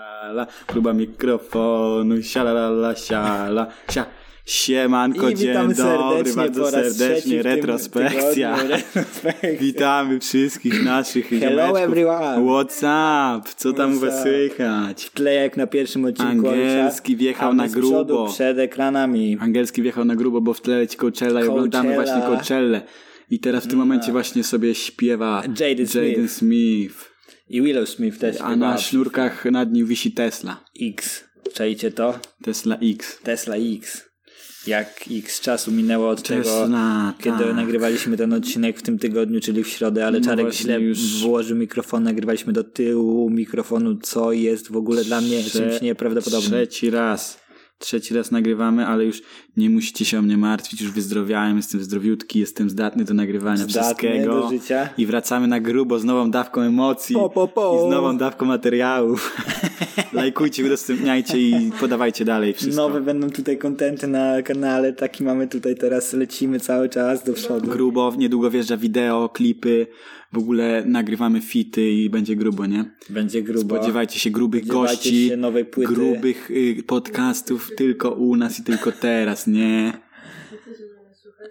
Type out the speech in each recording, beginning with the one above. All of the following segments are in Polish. siala, próba mikrofonu, sialala, siala, sia. Siemanko, I dzień witamy dobry, serdecznie bardzo po raz trzeci serdecznie, w tym retrospekcja. tygodniu, retrospekcja. Witamy wszystkich naszych Hello ziomeczków. everyone. What's up? Co tam u What's was up? słychać? W tle jak na pierwszym odcinku Angielski Ojca, wjechał a my na z grubo. przodu przed ekranami. Angielski wjechał na grubo, bo w tle leci Coachella i oglądamy Coachella. Mm. właśnie Coachellę. I teraz w tym momencie właśnie sobie śpiewa Jaden Smith. Smith. I Willow Smith też A chyba. na sznurkach nad nim wisi Tesla. X. Czajcie to? Tesla X. Tesla X. Jak X czasu minęło od tego, Tesla, kiedy tak. nagrywaliśmy ten odcinek w tym tygodniu, czyli w środę, ale No Czarek właśnie źle już- włożył mikrofon, nagrywaliśmy do tyłu mikrofonu, co jest w ogóle dla mnie Trze- czymś nieprawdopodobnym. Trzeci raz. Trzeci raz nagrywamy, ale już nie musicie się o mnie martwić. Już wyzdrowiałem, jestem zdrowiutki, jestem zdatny do nagrywania Zdatny wszystkiego. do życia. I wracamy na grubo z nową dawką emocji Po, po, po. i z nową dawką materiałów. Lajkujcie, udostępniajcie i podawajcie dalej wszystko. Nowe będą tutaj kontenty na kanale, taki mamy tutaj teraz, lecimy cały czas do przodu. Grubo, niedługo wjeżdża wideo, klipy, w ogóle nagrywamy fity i będzie grubo, nie? Będzie grubo. Spodziewajcie się grubych Spodziewajcie gości, się nowej płyty. grubych y, podcastów tylko u nas i tylko teraz, nie?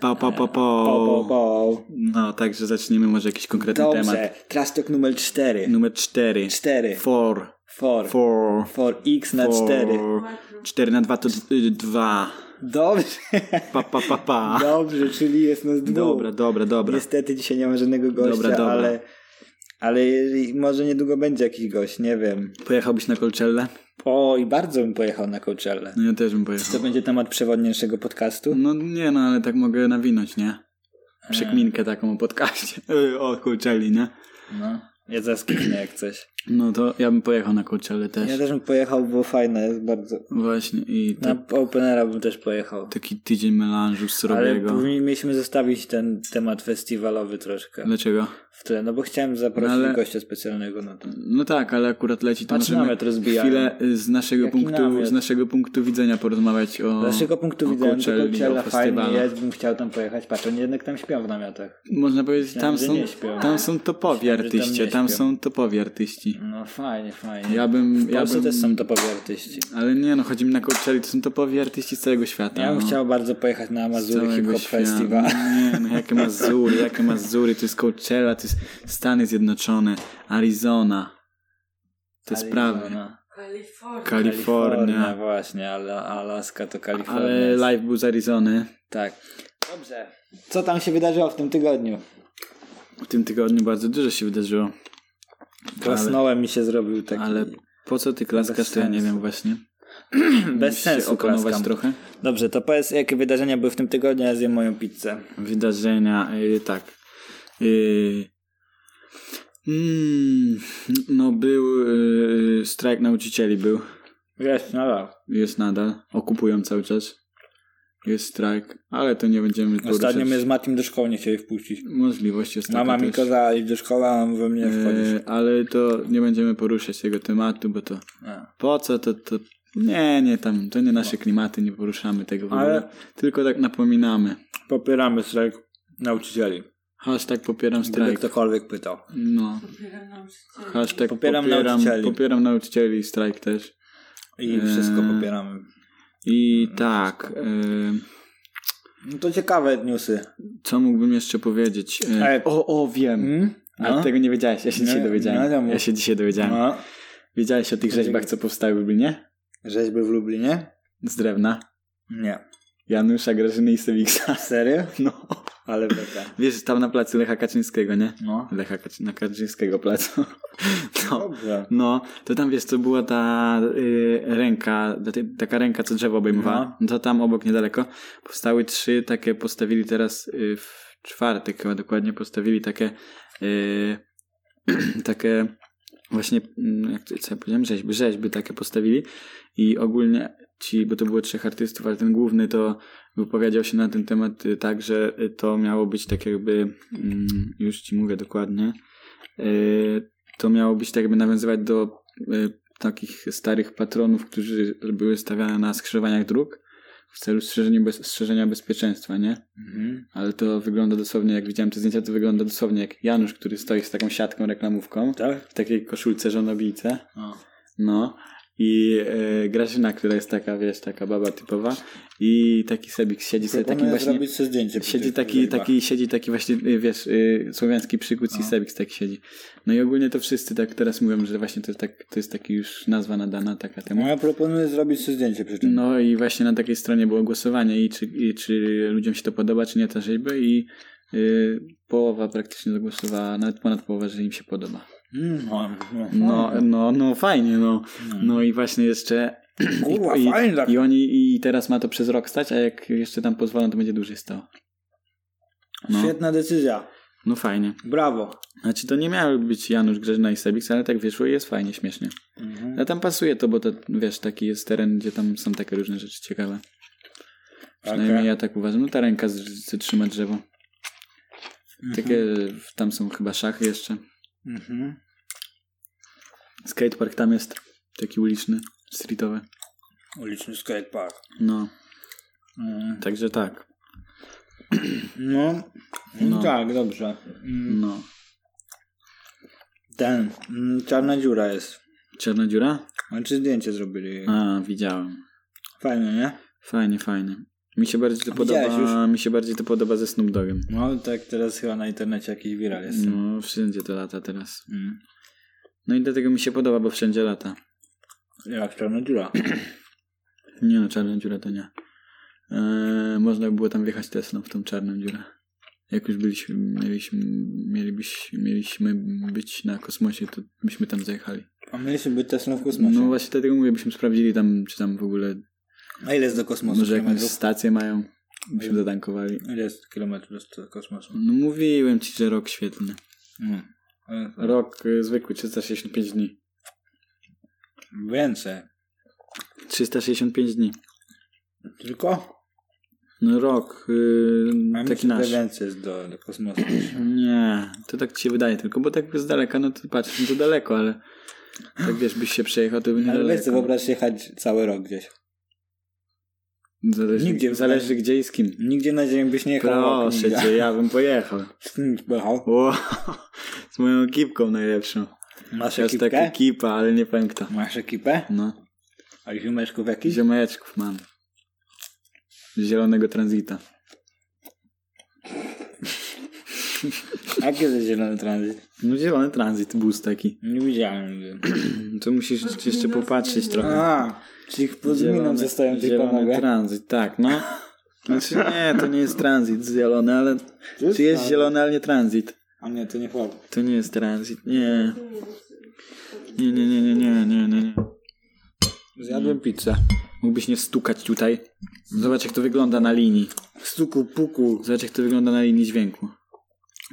Pa, pa, pa, Po, po, po. po. No, także zaczniemy może jakiś konkretny temat. Dobrze, teraz tok numer 4. Numer cztery. Cztery. Four. 4. Four. 4x na 4. Four. Cztery na dwa to y, dwa. Dobrze. Pa, pa, pa, pa. Dobrze, czyli jest nas dwóch. Dobra, dobra, dobra. Niestety dzisiaj nie ma żadnego gościa, Dobra, dobra. ale... Ale może niedługo będzie jakiś gość, nie wiem. Pojechałbyś na Kolczelle? Oj, bardzo bym pojechał na Coachella. No ja też bym pojechał. To będzie temat przewodniejszego podcastu. No nie, no ale tak mogę nawinąć, nie? E. Przekminkę taką o podcaście. Yy, O Coachelli, nie? No. Ja zaskipnę jak coś. No to ja bym pojechał na Coachellę też. Ja też No. bym pojechał, bo fajne jest bardzo. Właśnie i Na ta, Openera bym też pojechał. taki tydzień melanżu Ale srobiego. powinni- mieliśmy zostawić ten temat festiwalowy troszkę Dlaczego? w tle, no bo chciałem zaprosić No ale- gościa specjalnego na to. No tak, ale akurat leci to Patrz, możemy namiot rozbijają. chwilę y, z naszego, Jaki punktu, namiot? z naszego punktu widzenia porozmawiać o Z naszego punktu o widzenia, to Coachelli, Coachella o festiwalach. fajnie jest, bym chciał tam pojechać. Patrz, oni jednak tam śpią w namiotach. Można powiedzieć, Myślałem, tam że są, nie śpią. tam są topowi Myślałem, że tam artyści, nie tam śpią. są topowi artyści. No fajnie, fajnie. Ja bym... w Ja Polsce bym też są topowi artyści. ale nie no, chodzi mi na Coachelli, to są topowi artyści z całego świata. Ja bym no. chciał bardzo pojechać na Amazury Hip całego Hop świata. Festival. Nie, no jakie Mazury, jakie Mazury, to jest Coachella, to jest Stany Zjednoczone, Arizona. Te sprawy. Arizona. no. Kalifornia. no. Kalifornia właśnie, ale Alaska to Kalifornia. Ale jest. live był z Arizony. Tak. Dobrze. Co tam się wydarzyło w tym tygodniu? W tym tygodniu bardzo dużo się wydarzyło. Klasnąłem mi się zrobił taki... Ale po co ty klaskasz, Bez to ja nie sensu. wiem właśnie. Bez Musisz się sensu opanować klaskam. trochę. Dobrze, to powiedz, jakie wydarzenia były w tym tygodniu, ja zjem moją pizzę. Wydarzenia, y, tak. Y, mm, no był, y, strajk nauczycieli był. Wiesz, no dobra. Jest nadal. Okupują cały czas. Jest strajk, ale to nie będziemy Ostatnio poruszać. mnie z Matim do szkoły nie chcieli wpuścić. Możliwość jest Mama taka mi też. kazała iść do szkoły, a on we mnie wchodzić. E, ale to nie będziemy poruszać tego tematu, bo to A. po co to, to nie, nie tam, to nie nasze klimaty, nie poruszamy tego w ogóle. Ale- Tylko tak napominamy. Popieramy strajk nauczycieli. Hashtag popieram Gdyby strajk. ktokolwiek pytał. No. Hashtag popieram, Popieram popieram nauczycieli. nauczycieli. Popieram nauczycieli i strajk też. I wszystko Eee. popieramy. I tak, e, No to ciekawe newsy. co mógłbym jeszcze powiedzieć? E, Ej. O, o, wiem. Mm? Ale tego nie wiedziałeś, ja się Nie, dzisiaj no dowiedziałem. wiadomo. ja się dzisiaj dowiedziałem. no. tak. Wiedziałeś o tych rzeźbach, co powstały w Lublinie? Rzeźby w Lublinie? Z drewna. Nie. Janusza, Grażyny i Sewiksa. Serio? No. Ale beka. Wiesz, tam na placu Lecha Kaczyńskiego, nie? No. Lecha Kaczy- na Kaczyńskiego placu. No. Dobrze. No, to tam wiesz, to była ta y, ręka, ta- taka ręka, co drzewo obejmowała. No. No. To tam obok niedaleko powstały trzy takie, postawili teraz y, w czwartek chyba dokładnie, postawili takie y, takie właśnie, mm, jak to, co ja powiedziałem, rzeźby, rzeźby takie postawili i ogólnie ci, bo to było trzech artystów, ale ten główny to wypowiedział się na ten temat y, tak, że y, to miało być tak jakby, mm, już ci mówię dokładnie, y, to miało być tak jakby nawiązywać do y, takich starych patronów, którzy były stawiane na skrzyżowaniach dróg w celu strzeżenia, bez, strzeżenia bezpieczeństwa, nie? Mhm. Ale to wygląda dosłownie, jak widziałem te zdjęcia, to wygląda dosłownie jak Janusz, który stoi z taką siatką reklamówką, Tak? w takiej koszulce żonobijce. No. No. i e, Grażyna, która jest taka, wiesz, taka baba typowa i taki Sebik siedzi sobie taki Proponuję właśnie... zrobić sobie zdjęcie. przy Siedzi tych taki, rybach. taki, siedzi taki właśnie, y, wiesz, y, słowiański przykód i Sebik tak siedzi. No i ogólnie to wszyscy tak teraz mówią, że właśnie to jest, tak, to jest taki już nazwa nadana taka temu. No ja proponuję zrobić sobie zdjęcie przy tym. No i właśnie na takiej stronie było głosowanie i czy, i czy ludziom się to podoba, czy nie ta rzeźba i y, połowa praktycznie zagłosowała, nawet ponad połowa, że im się podoba. Mm, No, no, No, no, no fajnie, no. No i właśnie jeszcze... Kurwa, i, fajnie tak. i, I oni, i teraz ma to przez rok stać, a jak jeszcze tam pozwolą, to będzie dłużej stało. No, Świetna decyzja. no fajnie. Brawo. Znaczy to nie miały być Janusz, Grażyna i Sebix, ale tak wyszło i jest fajnie, śmiesznie. Ale tam pasuje to, bo to, wiesz, taki jest teren, gdzie tam są takie różne rzeczy ciekawe. Przynajmniej Okej. ja tak uważam. No ta ręka z, z, trzyma drzewo. Takie, tam są chyba szachy jeszcze. Mhm. Skatepark tam jest, taki uliczny, streetowy. Uliczny skatepark. No, Mm. także tak. No. No. tak, dobrze. Mm, No. Ten, mm, czarna dziura jest. Czarna dziura? Znaczy zdjęcie zrobili. A, widziałem. Fajne, nie? Fajnie, fajnie. Mi się bardziej to Widziałeś podoba, mi się bardziej to podoba ze Snoop Dogiem. No tak teraz chyba na internecie jakiś viral jest. No, wszędzie to lata teraz. Mm. No i dlatego mi się podoba, bo wszędzie lata. Jak czarna dziura. Nie no, czarną dziurę to nie. Eee, można by było tam wjechać Teslą w tą czarną dziurę. Jak już byliśmy, mieliśmy, mielibyś, mieliśmy być na kosmosie, to byśmy tam zajechali. A mieliśmy być Teslą w kosmosie. No właśnie dlatego mówię, byśmy sprawdzili tam, czy tam w ogóle, A ile jest do kosmosu może jakąś kilometrów? stację mają, byśmy zadankowali. Ile jest kilometrów do kosmosu? No mówiłem ci, że rok świetlny. Mm. E, Rok y, zwykły, 365 dni. Więcej. 365 dni. Tylko? No rok, y, A taki myślę, nasz. że więcej jest do, do kosmosu. Nie, to tak ci się wydaje tylko, bo tak z daleka, no to patrzysz, no to daleko, ale tak wiesz, byś się przejechał, to by nie Ale wiesz co, daleko. wyobraź jechać cały rok gdzieś. Zależy, Nigdzie. zależy gdzie i z kim. Nigdzie na ziemi byś nie jechał. Proszę cię, ja bym pojechał. cię. O, z moją ekipką najlepszą. Masz Jest taka ekipkę? ekipa, ale nie powiem kto. Masz ekipę? No, A ziomeczków jakiś? ziomeczków mam. Zielonego transita. Jaki jest zielony tranzyt? No zielony transit, bus taki. Nie widziałem nigdy. To musisz jeszcze popatrzeć trochę. A, czyli pod miną zostają tylko zielony nogę. tranzyt, tak, no. Znaczy nie, to nie jest tranzyt zielony, ale... Czy jest zielony, ale nie tranzyt. A nie, to nie chłop. To nie jest tranzyt, nie. Nie, nie, nie, nie, nie, nie, nie, nie. Zjadłem pizzę. Mógłbyś nie stukać tutaj. Zobacz jak to wygląda na linii. Stuku, puku. Zobacz jak to wygląda na linii dźwięku.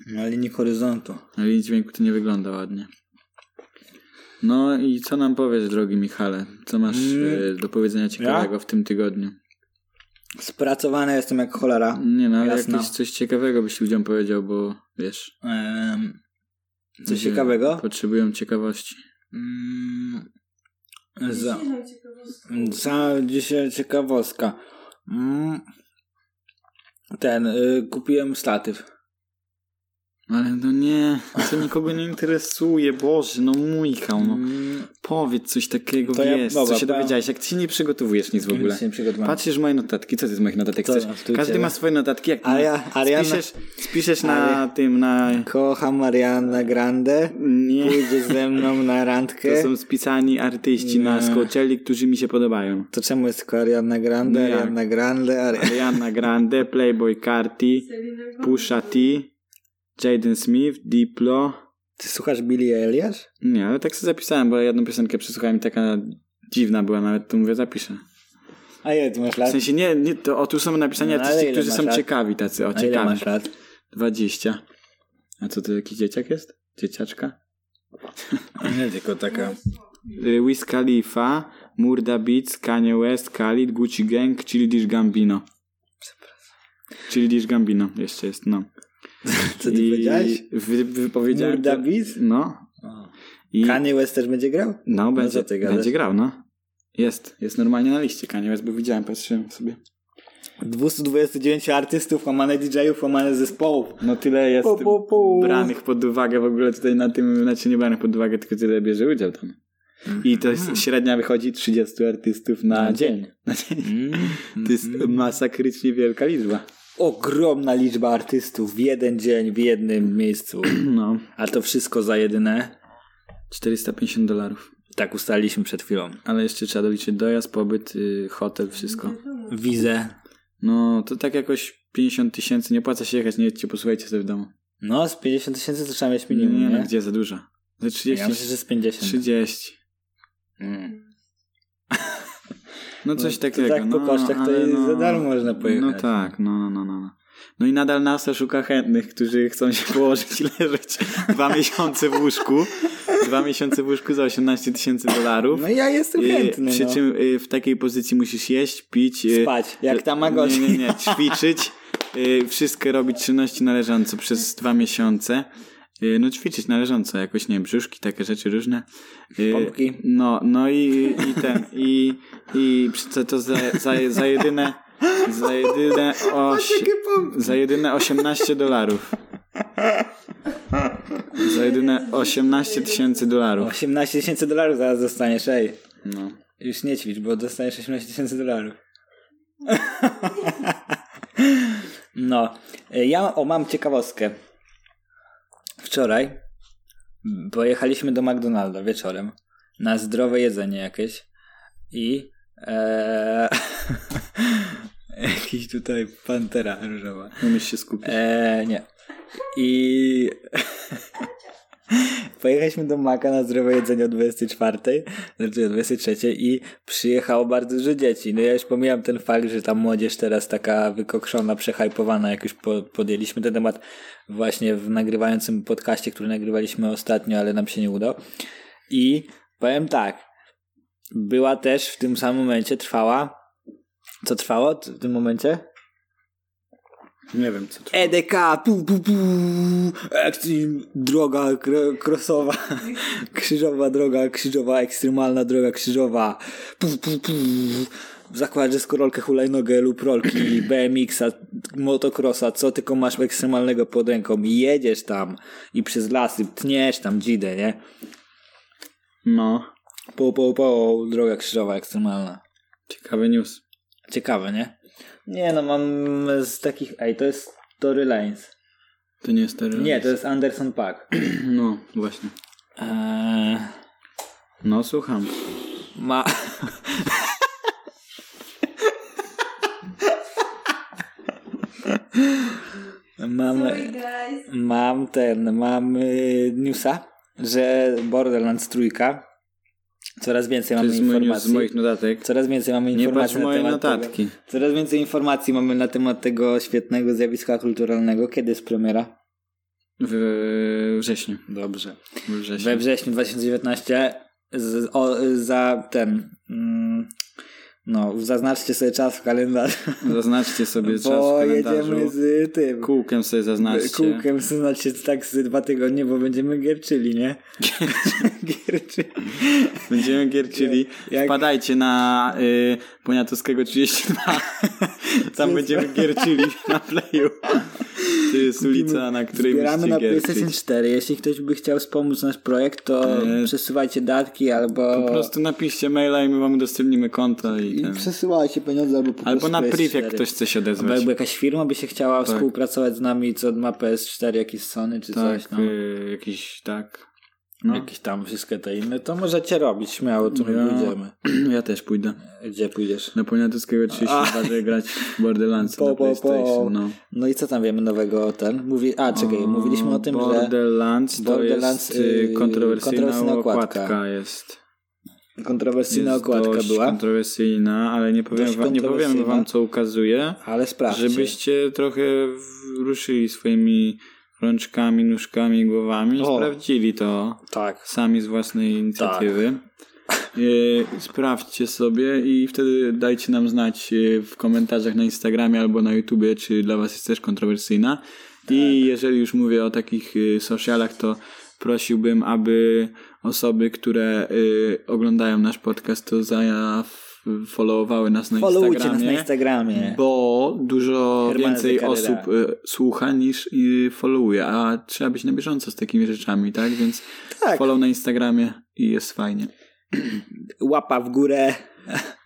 Mm, Na linii horyzontu. Na linii dźwięku to nie wygląda ładnie. No i co nam powiesz, drogi Michale? Co masz Mm. e, do powiedzenia ciekawego w tym tygodniu? Spracowany jestem jak cholera. Nie no, ale Jasno. jakieś coś ciekawego byś ludziom powiedział, bo wiesz... Em, Coś ludzie ciekawego? Potrzebują ciekawości. Mm, za, za dzisiaj ciekawostka. Mm, ten, y, kupiłem statyw. Ale no nie, to nikogo nie interesuje, Boże, no Michał, no Mm, powiedz coś takiego, To ja- wiesz, dobra, co się powiem- dowiedziałeś, jak ty się nie przygotowujesz nic w ogóle. nic nie przygotowałem. Patrzysz w moje notatki, co ty z moich notatek Co chcesz? tam, tu Każdy ciebie? ma swoje notatki, jak ty Aria- Ariana- spiszesz, spiszesz na tym, na... Kocha Mariana Grande. Nie, Pójdzie ze mną na randkę. to są spisani artyści na Skoczeli, którzy mi się podobają. To czemu jest tylko Ariana Grande, No jak? Ariana Grande, Ari... Ariana Grande, Playboy Carti, Pusha T, Jaden Smith, Diplo... Ty słuchasz Billy Eliasz? Nie, ale tak sobie zapisałem, bo jedną piosenkę przesłuchałem i taka dziwna była, nawet to mówię, zapiszę. A ile ty masz W lat? sensie nie, nie to, o tu są napisani Tak. No, ale artyści, ile którzy masz są lat? ciekawi tacy, o A ile ciekawi. masz lat? 20. A co to jakiś dzieciak jest? Dzieciaczka? Nie tylko taka. Y, Wiz Khalifa, Murda Beats, Kanye West, Khalid, Gucci Gang, Childish Gambino. Childish Gambino jeszcze jest, no. Co ty powiedziałeś? Wy, wypowiedziałem Murda to- Beats? No. I, Kanye West też będzie grał? No, będzie, co ty gadasz? będzie grał, no. Jest, jest normalnie na liście Kanye West, bo widziałem, patrzyłem sobie. 229 artystów, łamane DJ-ów, łamane zespołów. No tyle jest Pu, pu, pu. branych pod uwagę w ogóle tutaj na tym, znaczy nie branych pod uwagę, tylko tyle bierze udział tam. I to jest, średnia wychodzi 30 artystów na dzień. Na dzień. Mm. To jest masakrycznie wielka liczba. Ogromna liczba artystów w jeden dzień, w jednym miejscu. No, A to wszystko za jedyne. 450 dolarów. Tak ustaliśmy przed chwilą. Ale jeszcze trzeba doliczyć dojazd, pobyt, y, hotel, wszystko. Wizę. No, to tak jakoś 50 tysięcy, nie opłaca się jechać, nie jedźcie, posłuchajcie sobie w domu. No, z 50 tysięcy to trzeba mieć Nie, minimum, nie? no, gdzie za dużo. Za 30, Ja myślę, że z 50. 30. No coś To takiego. tak no, po płaszczach to ale i no, za darmo można pojechać. No tak, no, no, no, no. no. No i nadal NASA szuka chętnych, którzy chcą się położyć i leżeć dwa miesiące w łóżku. Dwa miesiące w łóżku za 18 tysięcy dolarów. No ja jestem Y, chętny, Przy no. czym y, w takiej pozycji musisz jeść, pić. y, Spać, jak y, tam Magosi. Nie, nie, nie, ćwiczyć. y, Wszystkie robić czynności na leżąco przez dwa miesiące. Y, No ćwiczyć na leżąco, jakoś nie wiem, brzuszki, takie rzeczy różne. Y, Pompki. No, no i, i ten, i, i to, to za, za, za jedyne, za jedyne, oś, za jedyne 18 dolarów. Za jedyne 18 tysięcy dolarów. 18 tysięcy dolarów zaraz dostaniesz, ej. No. Już nie ćwicz, bo dostaniesz 18 tysięcy dolarów. No, E, ja o, mam ciekawostkę. Wczoraj pojechaliśmy do McDonalda wieczorem na zdrowe jedzenie jakieś i e, jakiś tutaj pantera różowa. Umiesz się skupić. E, nie. I pojechaliśmy do Maka na zdrowe jedzenie o 24, znaczy o 23 i przyjechało bardzo dużo dzieci. No ja już pomijam ten fakt, że ta młodzież teraz taka wykokszona, przehajpowana, jak już po, podjęliśmy ten temat właśnie w nagrywającym podcaście, który nagrywaliśmy ostatnio, ale nam się nie udało. I powiem tak, była też w tym samym momencie, trwała, co trwało w tym momencie? Nie wiem, co to. EDK, pu, pu, pu, ekstrem, droga kro- krosowa, krzyżowa droga, krzyżowa, ekstremalna droga krzyżowa, pu, pu, pu. Zakładasz skorolkę, hulajnogę lub rolki, BMX-a, motocrossa, co tylko masz ekstremalnego pod ręką. Jedziesz tam i przez lasy tniesz tam dzidę, nie? No, Po, po, po, droga krzyżowa ekstremalna. ciekawy news. Ciekawe, nie? Nie, no mam z takich... Ej, to jest Tory Lines. To nie jest terytorium. Nie, to jest Anderson Pack. No, właśnie. Eee, No, słucham. ma... mam, Sorry guys. mam ten, mam y, newsa, że Borderlands trójka coraz więcej To mamy jest mój news z informacji. moich notatek. Coraz więcej mamy Nie patrz informacji w na moje temat notatki. Tego, coraz więcej informacji mamy na temat tego świetnego zjawiska kulturalnego. Kiedy jest premiera? W wrześniu. Dobrze. W wrześniu. we wrześniu 2019 z, o, za ten. Mm, no, zaznaczcie sobie czas w kalendarzu. Zaznaczcie sobie czas Bo w jedziemy kalendarzu. z tym. Kółkiem sobie zaznaczcie. Kółkiem, to znaczy tak z dwa tygodnie, bo będziemy gierczyli, nie? gierczyli. Będziemy gierczyli. Jak- Wpadajcie na y, Poniatowskiego 32. Tam będziemy gierczyli na playu. To jest ulica, na której Zbieramy na musicie PlayStation gierczyć. 4. Jeśli ktoś by chciał wspomóc nasz projekt, to Eee, przesuwajcie datki albo... Po prostu napiszcie maila i my wam udostępnimy konto i ten. przesyłajcie pieniądze albo po Albo prostu na priv, jak PS4. ktoś chce się Bo odezwać. jakby jakaś firma by się chciała Tak. współpracować z nami, co ma PS4, jakieś Sony czy coś, Tak, no. y, jakiś tak. No. Jakieś tam wszystkie te inne, to możecie robić śmiało, to my Ja- No pójdziemy. Ja też pójdę. Gdzie pójdziesz? Na Poniatowskiego 32, żeby grać w Borderlands Po, na po, po. PlayStation. No. No i co tam wiemy nowego o ten? Mówi... A, czekaj, O, mówiliśmy o tym, że Borderlands to Borderlands, jest y, y, kontrowersyjna, kontrowersyjna okładka. okładka. jest. kontrowersyjna Jest okładka dość była, kontrowersyjna, ale nie powiem, Dość wam, nie powiem kontrowersyjna. Tak, wam co ukazuje, ale sprawdźcie. żebyście trochę w- ruszyli swoimi rączkami, nóżkami, głowami i O. sprawdzili to Tak. sami z własnej inicjatywy. E, Sprawdźcie sobie i wtedy dajcie nam znać e, w komentarzach na Instagramie albo na YouTubie, czy dla Was jest też kontrowersyjna. I Tak. jeżeli już mówię o takich e, socialach, to prosiłbym, aby osoby, które e, oglądają nasz podcast, to za f- followowały nas na Followujcie nas Instagramie. na Instagramie. Mhm. Bo dużo Hermana więcej Zekarera. osób y, słucha niż y, followuje, a trzeba być na bieżąco z takimi rzeczami, tak? Więc Tak. follow na Instagramie i jest fajnie. Łapa w górę,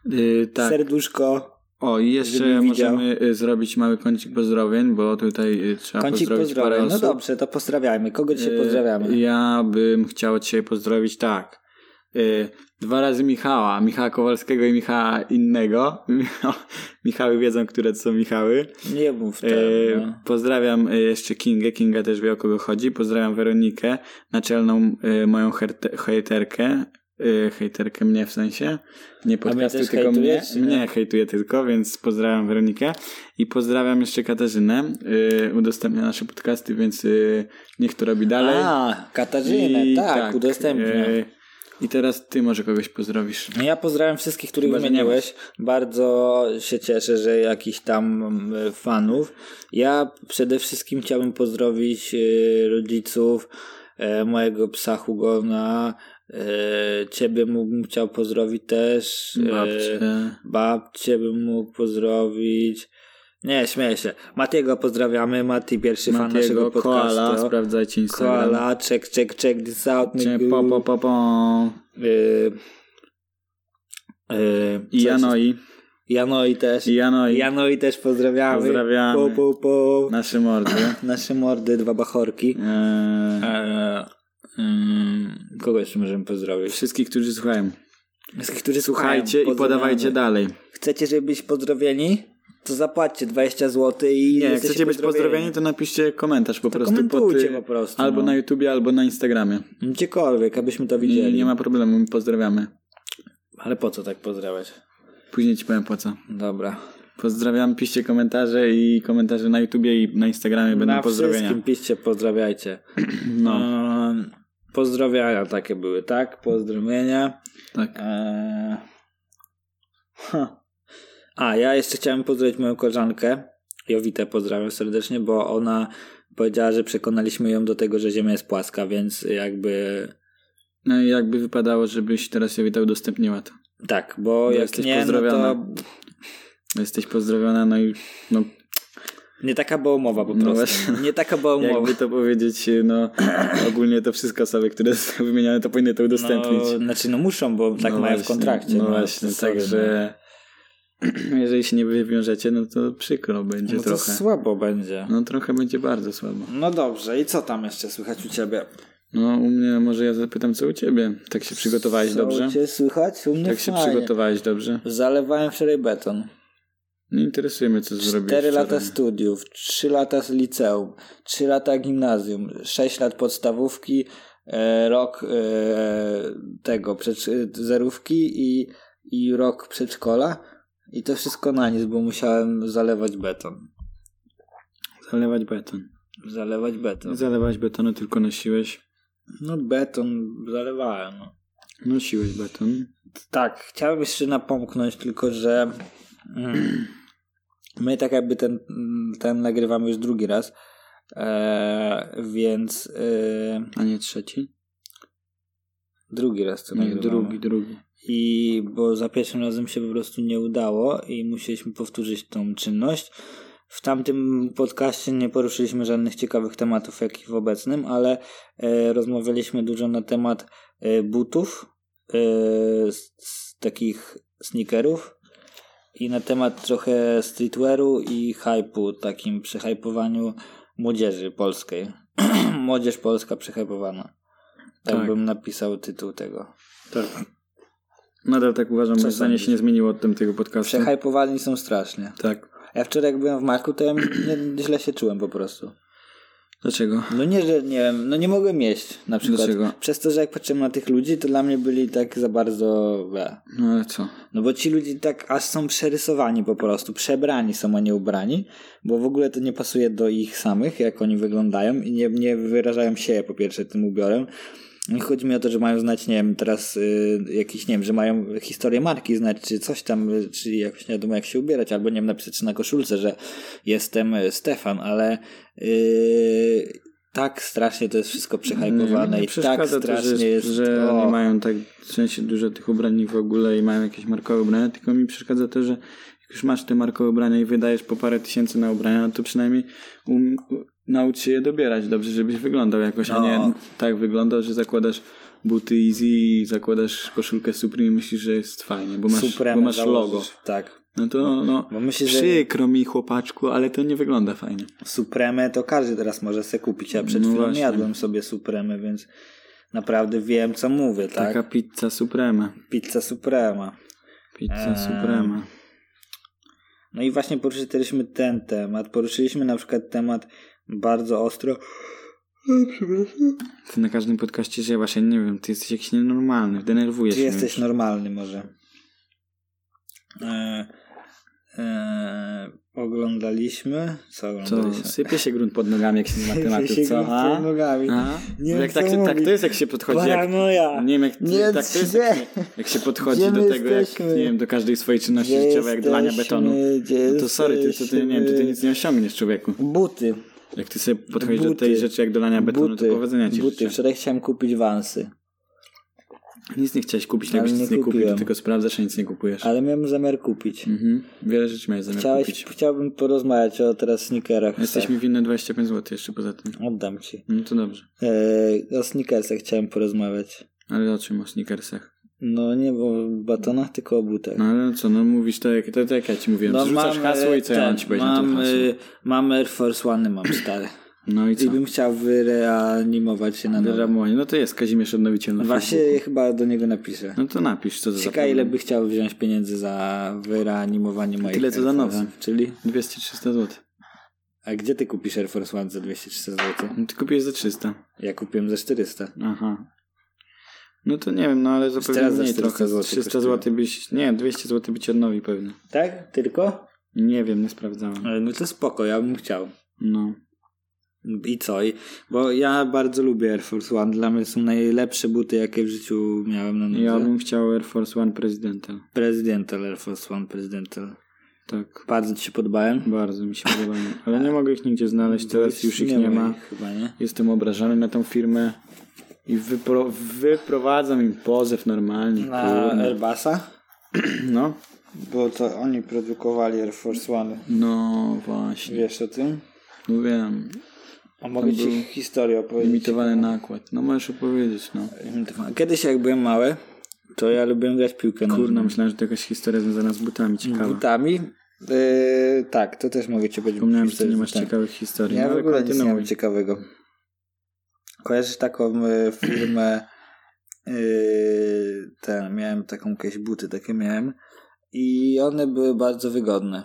Yy, tak. serduszko. O, i jeszcze Żebym widział. możemy y, zrobić mały kącik pozdrowień, bo tutaj y, trzeba Kącik pozdrowić parę pozdrowień. No osób. dobrze, to pozdrawiajmy. Kogo dzisiaj Y, pozdrawiamy? Ja bym chciał Cię pozdrowić tak. Y, Dwa razy Michała, Michała Kowalskiego i Michała innego. Michały wiedzą, które to są Michały. Nie mów tak. E, no. Pozdrawiam e, jeszcze Kingę, Kinga też wie o kogo chodzi. Pozdrawiam Weronikę, naczelną e, moją herte- hejterkę. E, Hejterkę mnie w sensie. Nie podcastu, też tylko mnie. hejtujesz, czy nie? Mnie hejtuje tylko, więc pozdrawiam Weronikę. I pozdrawiam jeszcze Katarzynę. E, Udostępnia nasze podcasty, więc e, niech to robi dalej. A, Katarzynę, I tak, udostępnia. e, I teraz ty może kogoś pozdrowisz. No Ja pozdrawiam wszystkich, których Chyba, że nie wymieniłeś. Bardzo się cieszę, że jakichś tam mm, fanów. Ja przede wszystkim chciałbym pozdrowić y, rodziców e, mojego psa Hugona. e, Ciebie mógłbym chciał pozdrowić też. e, Babcie. Babcie bym mógł pozdrowić. Nie, śmieję się. Matiego pozdrawiamy. Mati, pierwszy fan Matiego, naszego Koala, podcastu. sprawdzajcie Instagram. Koala, check, check, check this out. Cię, nigga. po, po, po, po. Yy, yy, I Janoi. Janoi też. I Janoi. Janoi też pozdrawiamy. Pozdrawiamy. Po, po, po. Nasze mordy. Nasze mordy, dwa bachorki. Eee, Eee, yy, ym, Kogo jeszcze możemy pozdrowić? wszystkich, którzy słuchają. Wszystkich, którzy Słuchajcie i pozdrawiamy. podawajcie dalej. Chcecie, żeby być pozdrowieni? To zapłaćcie 20 zł i Nie, jak jesteście chcecie być pozdrowieni, to napiszcie komentarz po prostu. komentujcie pod, y, po prostu, Albo no. na YouTubie, albo na Instagramie. Gdziekolwiek, abyśmy to I widzieli. nie ma problemu, my pozdrawiamy. Ale po co tak pozdrawiać? Później ci powiem po co. Dobra. Pozdrawiam, piszcie komentarze i komentarze na YouTubie i na Instagramie będą Na pozdrowienia. wszystkim piszcie, pozdrawiajcie. No, Eee, Pozdrowienia takie były, tak? Pozdrowienia. tak. Eee, ha. A, ja jeszcze chciałem pozdrowić moją koleżankę. Jowitę pozdrawiam serdecznie, bo ona powiedziała, że przekonaliśmy ją do tego, że Ziemia jest płaska, więc jakby... No i jakby wypadało, żebyś teraz Jowita udostępniła to. Tak, bo No, jak jesteś nie, no to pozdrowiona. Jesteś pozdrowiona, no i no, nie taka była umowa po No prostu. właśnie. nie taka była umowa. Jakby to powiedzieć, no ogólnie to wszystkie osoby, które są wymieniane, to powinny to udostępnić. No, znaczy no muszą, bo tak No mają w właśnie, kontrakcie. No, właśnie, sorry, także jeżeli się nie wywiążecie, no to przykro no. będzie No to trochę. słabo będzie. No trochę będzie bardzo słabo. No dobrze, i co tam jeszcze słychać u ciebie? No u mnie, może ja zapytam, co u ciebie? Tak się przygotowałeś dobrze? cię słychać? U mnie Tak się fajnie. przygotowałeś dobrze? Zalewałem wczoraj beton. Nie interesuje mnie, co zrobiłeś Cztery lata wczoraj. studiów, trzy lata z liceum, trzy lata gimnazjum, sześć lat podstawówki, e, rok e, tego, przecz, e, zerówki i, i rok przedszkola. I to wszystko na nic, bo musiałem zalewać beton. Zalewać beton. Zalewać beton. Zalewać betonu tylko nosiłeś. No beton zalewałem. No. Nosiłeś beton. Tak, chciałem jeszcze napomknąć tylko, że mm, my tak jakby ten, ten nagrywamy już drugi raz, e, więc e, A nie trzeci? drugi raz to Nie, nagrywamy. drugi, drugi. I bo za pierwszym razem się po prostu nie udało i musieliśmy powtórzyć tą czynność. W tamtym podcaście nie poruszyliśmy żadnych ciekawych tematów, jak i w obecnym, ale e, rozmawialiśmy dużo na temat e, butów, e, z, z takich sneakerów i na temat trochę streetwearu i hypu, takim przehypowaniu młodzieży polskiej. Młodzież polska przehypowana. Tak, Tak. bym napisał tytuł tego. Tak. Nadal tak uważam, moje Czasami. zdanie się nie zmieniło od tamtego podcastu. Przehypowani są strasznie. Tak. Ja wczoraj jak byłem w Maku, to ja nie- źle się czułem po prostu. Dlaczego? No nie, że nie wiem, no nie mogłem jeść na przykład. Dlaczego? Przez to, że jak patrzyłem na tych ludzi, to dla mnie byli tak za bardzo... Be. No ale co? No bo ci ludzie tak aż są przerysowani po prostu, przebrani są, a nie ubrani, bo w ogóle to nie pasuje do ich samych, jak oni wyglądają i nie, nie wyrażają siebie po pierwsze tym ubiorem. I Chodzi mi o to, że mają znać, nie wiem, teraz y, jakiś, nie wiem, że mają historię marki znać, czy coś tam, y, czy jakoś nie wiadomo jak się ubierać, albo nie wiem, napisać na koszulce, że jestem y, Stefan, ale y, tak strasznie to jest wszystko Nie, przehypowane nie i tak przeszkadza strasznie to, że, jest... że o. oni mają tak w sensie dużo tych ubrań w ogóle i mają jakieś markowe ubrania, tylko mi przeszkadza to, że jak już masz te markowe ubrania i wydajesz po parę tysięcy na ubrania, no to przynajmniej um, naucz się je dobierać dobrze, żebyś wyglądał jakoś, a No. nie tak wyglądał, że zakładasz buty Easy i zakładasz koszulkę Supreme i myślisz, że jest fajnie, bo masz, bo Supremę masz założysz. logo. Tak. No to no, Bo myślę, że- przykro mi chłopaczku, ale to nie wygląda fajnie. Supremę to każdy teraz może sobie kupić. Ja przed No chwilą właśnie. jadłem sobie Supremę, więc naprawdę wiem, co mówię, tak? Taka pizza suprema. Pizza Suprema. Pizza Eee. suprema. No i właśnie poruszyliśmy ten temat. Poruszyliśmy na przykład temat bardzo ostro. Ty na każdym podcaście zjebasz, ja nie wiem, ty jesteś jakiś nienormalny, denerwujesz Ty mnie jesteś już. normalny może. E, e, oglądaliśmy? Co Co, oglądaliśmy? sypie się grunt pod nogami, jak się nie ma tematu, tak. Się co? gruntuje A? nogami. A? Nie No wiem, jak co tak, się, tak mówić. to jest, jak się podchodzi, jak, Paranoja. nie wiem, jak, no. Nie tak to jest, jak się, jak się podchodzi Gdzie do my tego, jak, jesteśmy? nie wiem, do każdej swojej czynności Gdzie życiowej, jak do lania jesteśmy? betonu. Gdzie No to sorry, ty, ty, ty, nie wiem, ty, ty jesteśmy? nic nie osiągniesz, człowieku. Buty. Jak ty sobie podchodzisz do Buty. tej rzeczy, jak do lania betonu, buty. to powodzenia ci buty. życzę. Wczoraj chciałem kupić wansy, Nic nie chciałeś kupić, tak Ale byś nie nic nie kupił, to kupiłem. tylko sprawdzasz, a nic nie kupujesz. ale miałem zamiar kupić. Mhm. Wiele rzeczy miałeś zamiar Chciałeś, kupić. chciałbym porozmawiać o teraz sneakerach. Tak. Jesteś mi winny 25 zł jeszcze poza tym. Oddam ci. No to dobrze. Eee, o sneakersach chciałem porozmawiać. Ale o czym o sneakersach? No nie o batonach, tylko o butach. No ale co, no mówisz to jak, to, to jak ja ci mówiłem. No, Rzucasz mam, e, hasło i co ja ten, mam ci powiedzieć na mam, to hasło? y, mam Air Force One, mam stare. No i I co? bym chciał wyreanimować się na nowo. Ramonie, no to jest Kazimierz Odnowiciel na Właśnie chyba do niego napiszę. Facebooku. No to napisz, co to za Ciekawe ile problem. by chciał wziąć pieniędzy za wyreanimowanie moich Tyle, co Air za Force. nowe. Czyli? 200-300 zł. A gdzie ty kupisz Air Force One za 200-300 zł? No ty kupiłeś za 300. Ja kupiłem za 400. Aha. No to nie wiem, no ale zapewne teraz za mniej 400 trochę. złotych 300 kosztuje. zł byś... Nie, 200 zł by ci odnowił pewnie. Tak? Tylko? Nie wiem, nie sprawdzałem. Ale No to spoko, ja bym chciał. No. I co? I, bo ja bardzo lubię Air Force One. Dla mnie są najlepsze buty, jakie w życiu miałem na nodze. Ja bym chciał Air Force One Presidenta. Prezydental Air Force One, Prezydental. Tak. Bardzo ci się podobałem? Bardzo mi się podobają. Ale nie mogę ich nigdzie znaleźć, teraz już ich No, nie ma. ich Chyba nie. Jestem obrażony na tą firmę i wypro- wyprowadzam im pozew normalnie. Na kurde. Airbusa? No. Bo to oni produkowali Air Force One. No właśnie. No Wiesz o tym? Mówiłem. A mogę ci był ci historię opowiedzieć. Limitowany nakład. No możesz opowiedzieć, no. Kiedyś jak byłem mały, to ja lubiłem grać w piłkę Kurna, nożną. myślałem, że to jakaś historia związana z butami. Ciekawa. Butami? Yy, tak, to też mogę ci powiedzieć. Wspomniałem, że ty historię nie z masz butami. ciekawych historii. Ja no, w ale ogóle nic nie kontynuuj. mam ciekawego. Kojarzysz taką y, firmę, y, ten, miałem taką jakieś buty, takie miałem i one były bardzo wygodne.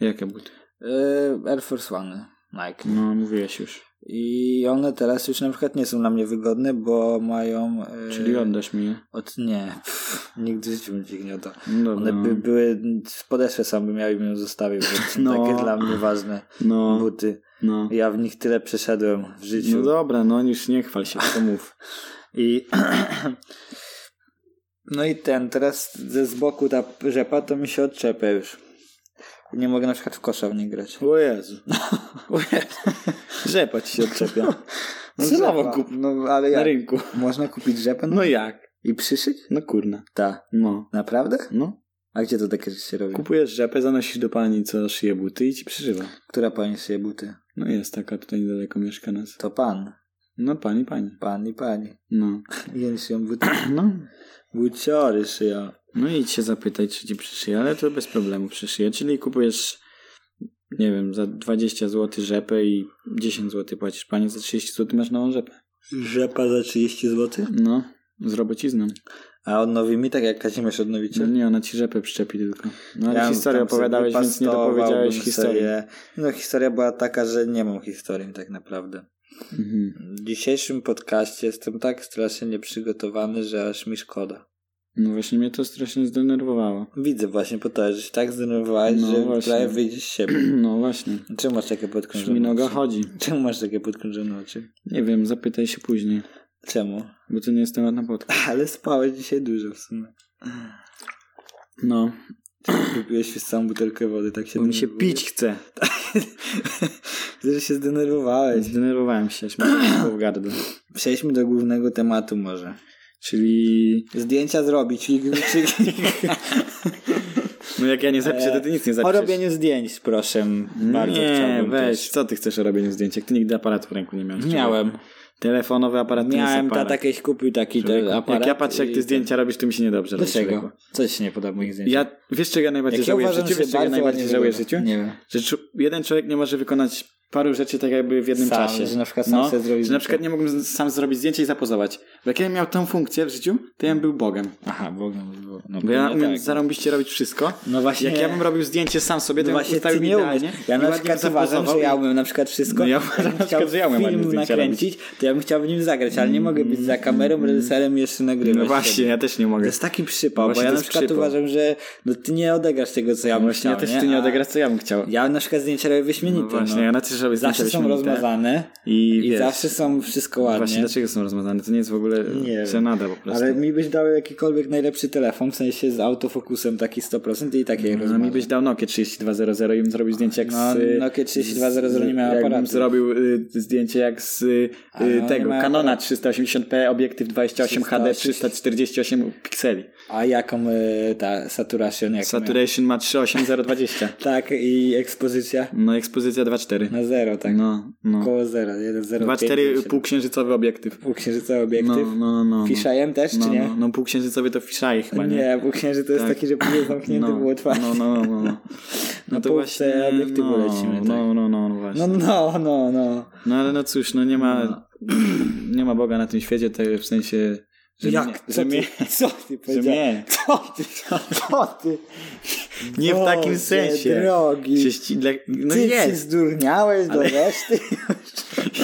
Jakie buty? Y, Air Force One, Nike. No, mówiłeś już. I one teraz już na przykład nie są dla mnie wygodne, bo mają... y, Czyli oddasz mi je. Od, nie, pff, nigdy w życiu bym ich nie oddał. No One dobra. by były, podeszwę sam bym miał i bym ją zostawił, bo to są No. takie dla mnie ważne No, buty. no. Ja w nich tyle przeszedłem w życiu. No dobra, no już nie chwal się, co mów. I no i ten, teraz ze z boku ta rzepa to mi się odczepia już. Nie mogę na przykład w kosza w niej grać. O Jezu. O Jezu. Rzepa ci się odczepia. No znowu rzepa. kup No ale na jak? rynku. Można kupić rzepę no. No jak? i przyszyć? No kurna. Tak. No. Naprawdę? No. A gdzie to takie rzeczy się robi? Kupujesz rzepę, zanosisz do pani, co szyje buty i ci przeżywa. Która pani szyje buty? No jest taka tutaj niedaleko mieszka nas. To pan. No pani, pani. Pan i pani. No. I oni szyją buty. No. Buciory szyją. No idź się zapytaj, czy ci przyszyje, ale to bez problemu przyszyje. Czyli kupujesz, nie wiem, za 20 zł rzepę i 10 zł płacisz pani, za 30 zł masz nową rzepę. Rzepa za 30 zł? No, z robocizną. A odnowi mi tak jak Kazimierz odnowicie? No nie, ona ci rzepę przyczepi tylko. No ale Ja historię tam sobie opowiadałeś, więc nie wypastowałbym dopowiedziałeś sobie. historii. No historia była taka, że nie mam historii tak naprawdę. Mhm. W dzisiejszym podcaście jestem tak strasznie nieprzygotowany, że aż mi szkoda. No właśnie mnie to strasznie zdenerwowało. Widzę właśnie po to, że się tak zdenerwowałeś, No że właśnie. prawie wyjdziesz z siebie. No właśnie. Czemu masz takie Już mi podkrążone noga oczy? chodzi. Czemu masz takie podkrążone oczy? Nie wiem, zapytaj się później, Czemu? bo to nie jest temat na podcast. Ale spałeś dzisiaj dużo w sumie. No, Wypiłeś już całą butelkę wody, tak się bo mi się denerwujesz. pić chce. Widzę, że się zdenerwowałeś. Zdenerwowałem się, aż mi się w gardło. Przejdźmy do głównego tematu może. Czyli... Zdjęcia zrobić. I, czy, No jak ja nie zapiszę, to ty nic nie o zapiszesz. robieniu zdjęć proszę. Bardzo nie, chciałbym weź, Też. co ty chcesz o robieniu zdjęć? Jak ty nigdy aparatu w ręku nie miałeś. Miałem. człowieku. Telefonowy aparat to Miałem jest aparat. tata kiedyś kupił taki Człowieku, ten aparat. Jak ja patrzę, jak i ty ten- zdjęcia robisz, to mi się niedobrze robi. Dlaczego? człowieku. Co ci się nie podoba w moich zdjęciach? Ja, wiesz czego ja najbardziej Jak ja żałuję w uważam, życiu? że Wiesz czego ja bardzo najbardziej ładnie żałuję w wygląda. życiu? Nie wiem. Że czu- jeden człowiek nie może wykonać paru rzeczy tak jakby w jednym Sam, czasie. No, że na przykład sam sobie zrobi Że na zdjęcie. przykład nie mógłbym z- sam zrobić zdjęcia i zapozować. Bo jak ja miał tą funkcję w życiu, to ja bym był Bogiem. Aha, bo, bo, no, Bo ja no umiem tak. zarąbiście robić wszystko. No właśnie. Jak ja bym robił zdjęcie sam sobie, to No no bym właśnie ustawił ty nie umiesz. idealnie. Ja i na ładnie przykład bym uważam, zapozował że ja i- umiem na przykład wszystko. No ja Jakbym uważam na chciał przykład, że ja umiem ładnie film zdjęcia nakręcić, to ja bym chciał w nim zagrać, ale nie mogę być za kamerą, reżyserem i jeszcze nagrywać. No właśnie, tego. ja też nie To mogę. jest taki przypał, Właśnie bo ja to na jest przykład przypał. uważam, że no ty nie odegrasz tego, co ja bym Właśnie chciał, ja też nie? ty nie A odegrasz, co ja bym chciał. Ja na przykład zdjęcia robię wyśmienite. No właśnie, ja na też robię zdjęcia Zawsze są wyśmienite. rozmazane I, i wiesz, zawsze są wszystko Właśnie ładnie. dlaczego są rozmazane? To nie jest w ogóle wiem. cenada po prostu. Ale mi byś dał jakikolwiek najlepszy telefon, w sensie z autofokusem taki 100% i tak takie No, mi byś dał Nokia 3200 i bym zrobił zdjęcie jak No, z... y, Nokia 3200 nie miała Jakbym aparatu. zrobił y, zdjęcie jak z y, A, no, nie tego miała Canona 380p, obiektyw 28 HD, 348 pikseli. A jaką y, ta saturation? Jaką Saturation ma 38020. miała? Tak i ekspozycja? No ekspozycja 2.4. Na zero, tak. No, no. Koło zero, 1,0. 2.4 półksiężycowy obiektyw. Półksiężyca No, obiektyw. no, no. no. Fiszajem też, no, czy nie? No, no półksiężycowy to fiszaje chyba, nie? nie, półksięży to jest Tak. taki, że pół zamknięty no, było otwarty. No, no, no. no. Na półce obiektywu no, lecimy, tak. No, no, no, no właśnie. No, no, no, no. No ale no cóż, no nie ma, nie ma Boga na tym świecie, to w sensie, że Jak? mnie, co, że mnie, ty, co ty że powiedziałeś? mnie. Co ty? Co ty? Nie w takim Boże sensie. drogi. Cieści, dla, no Ty się jest, zdurniałeś do reszty?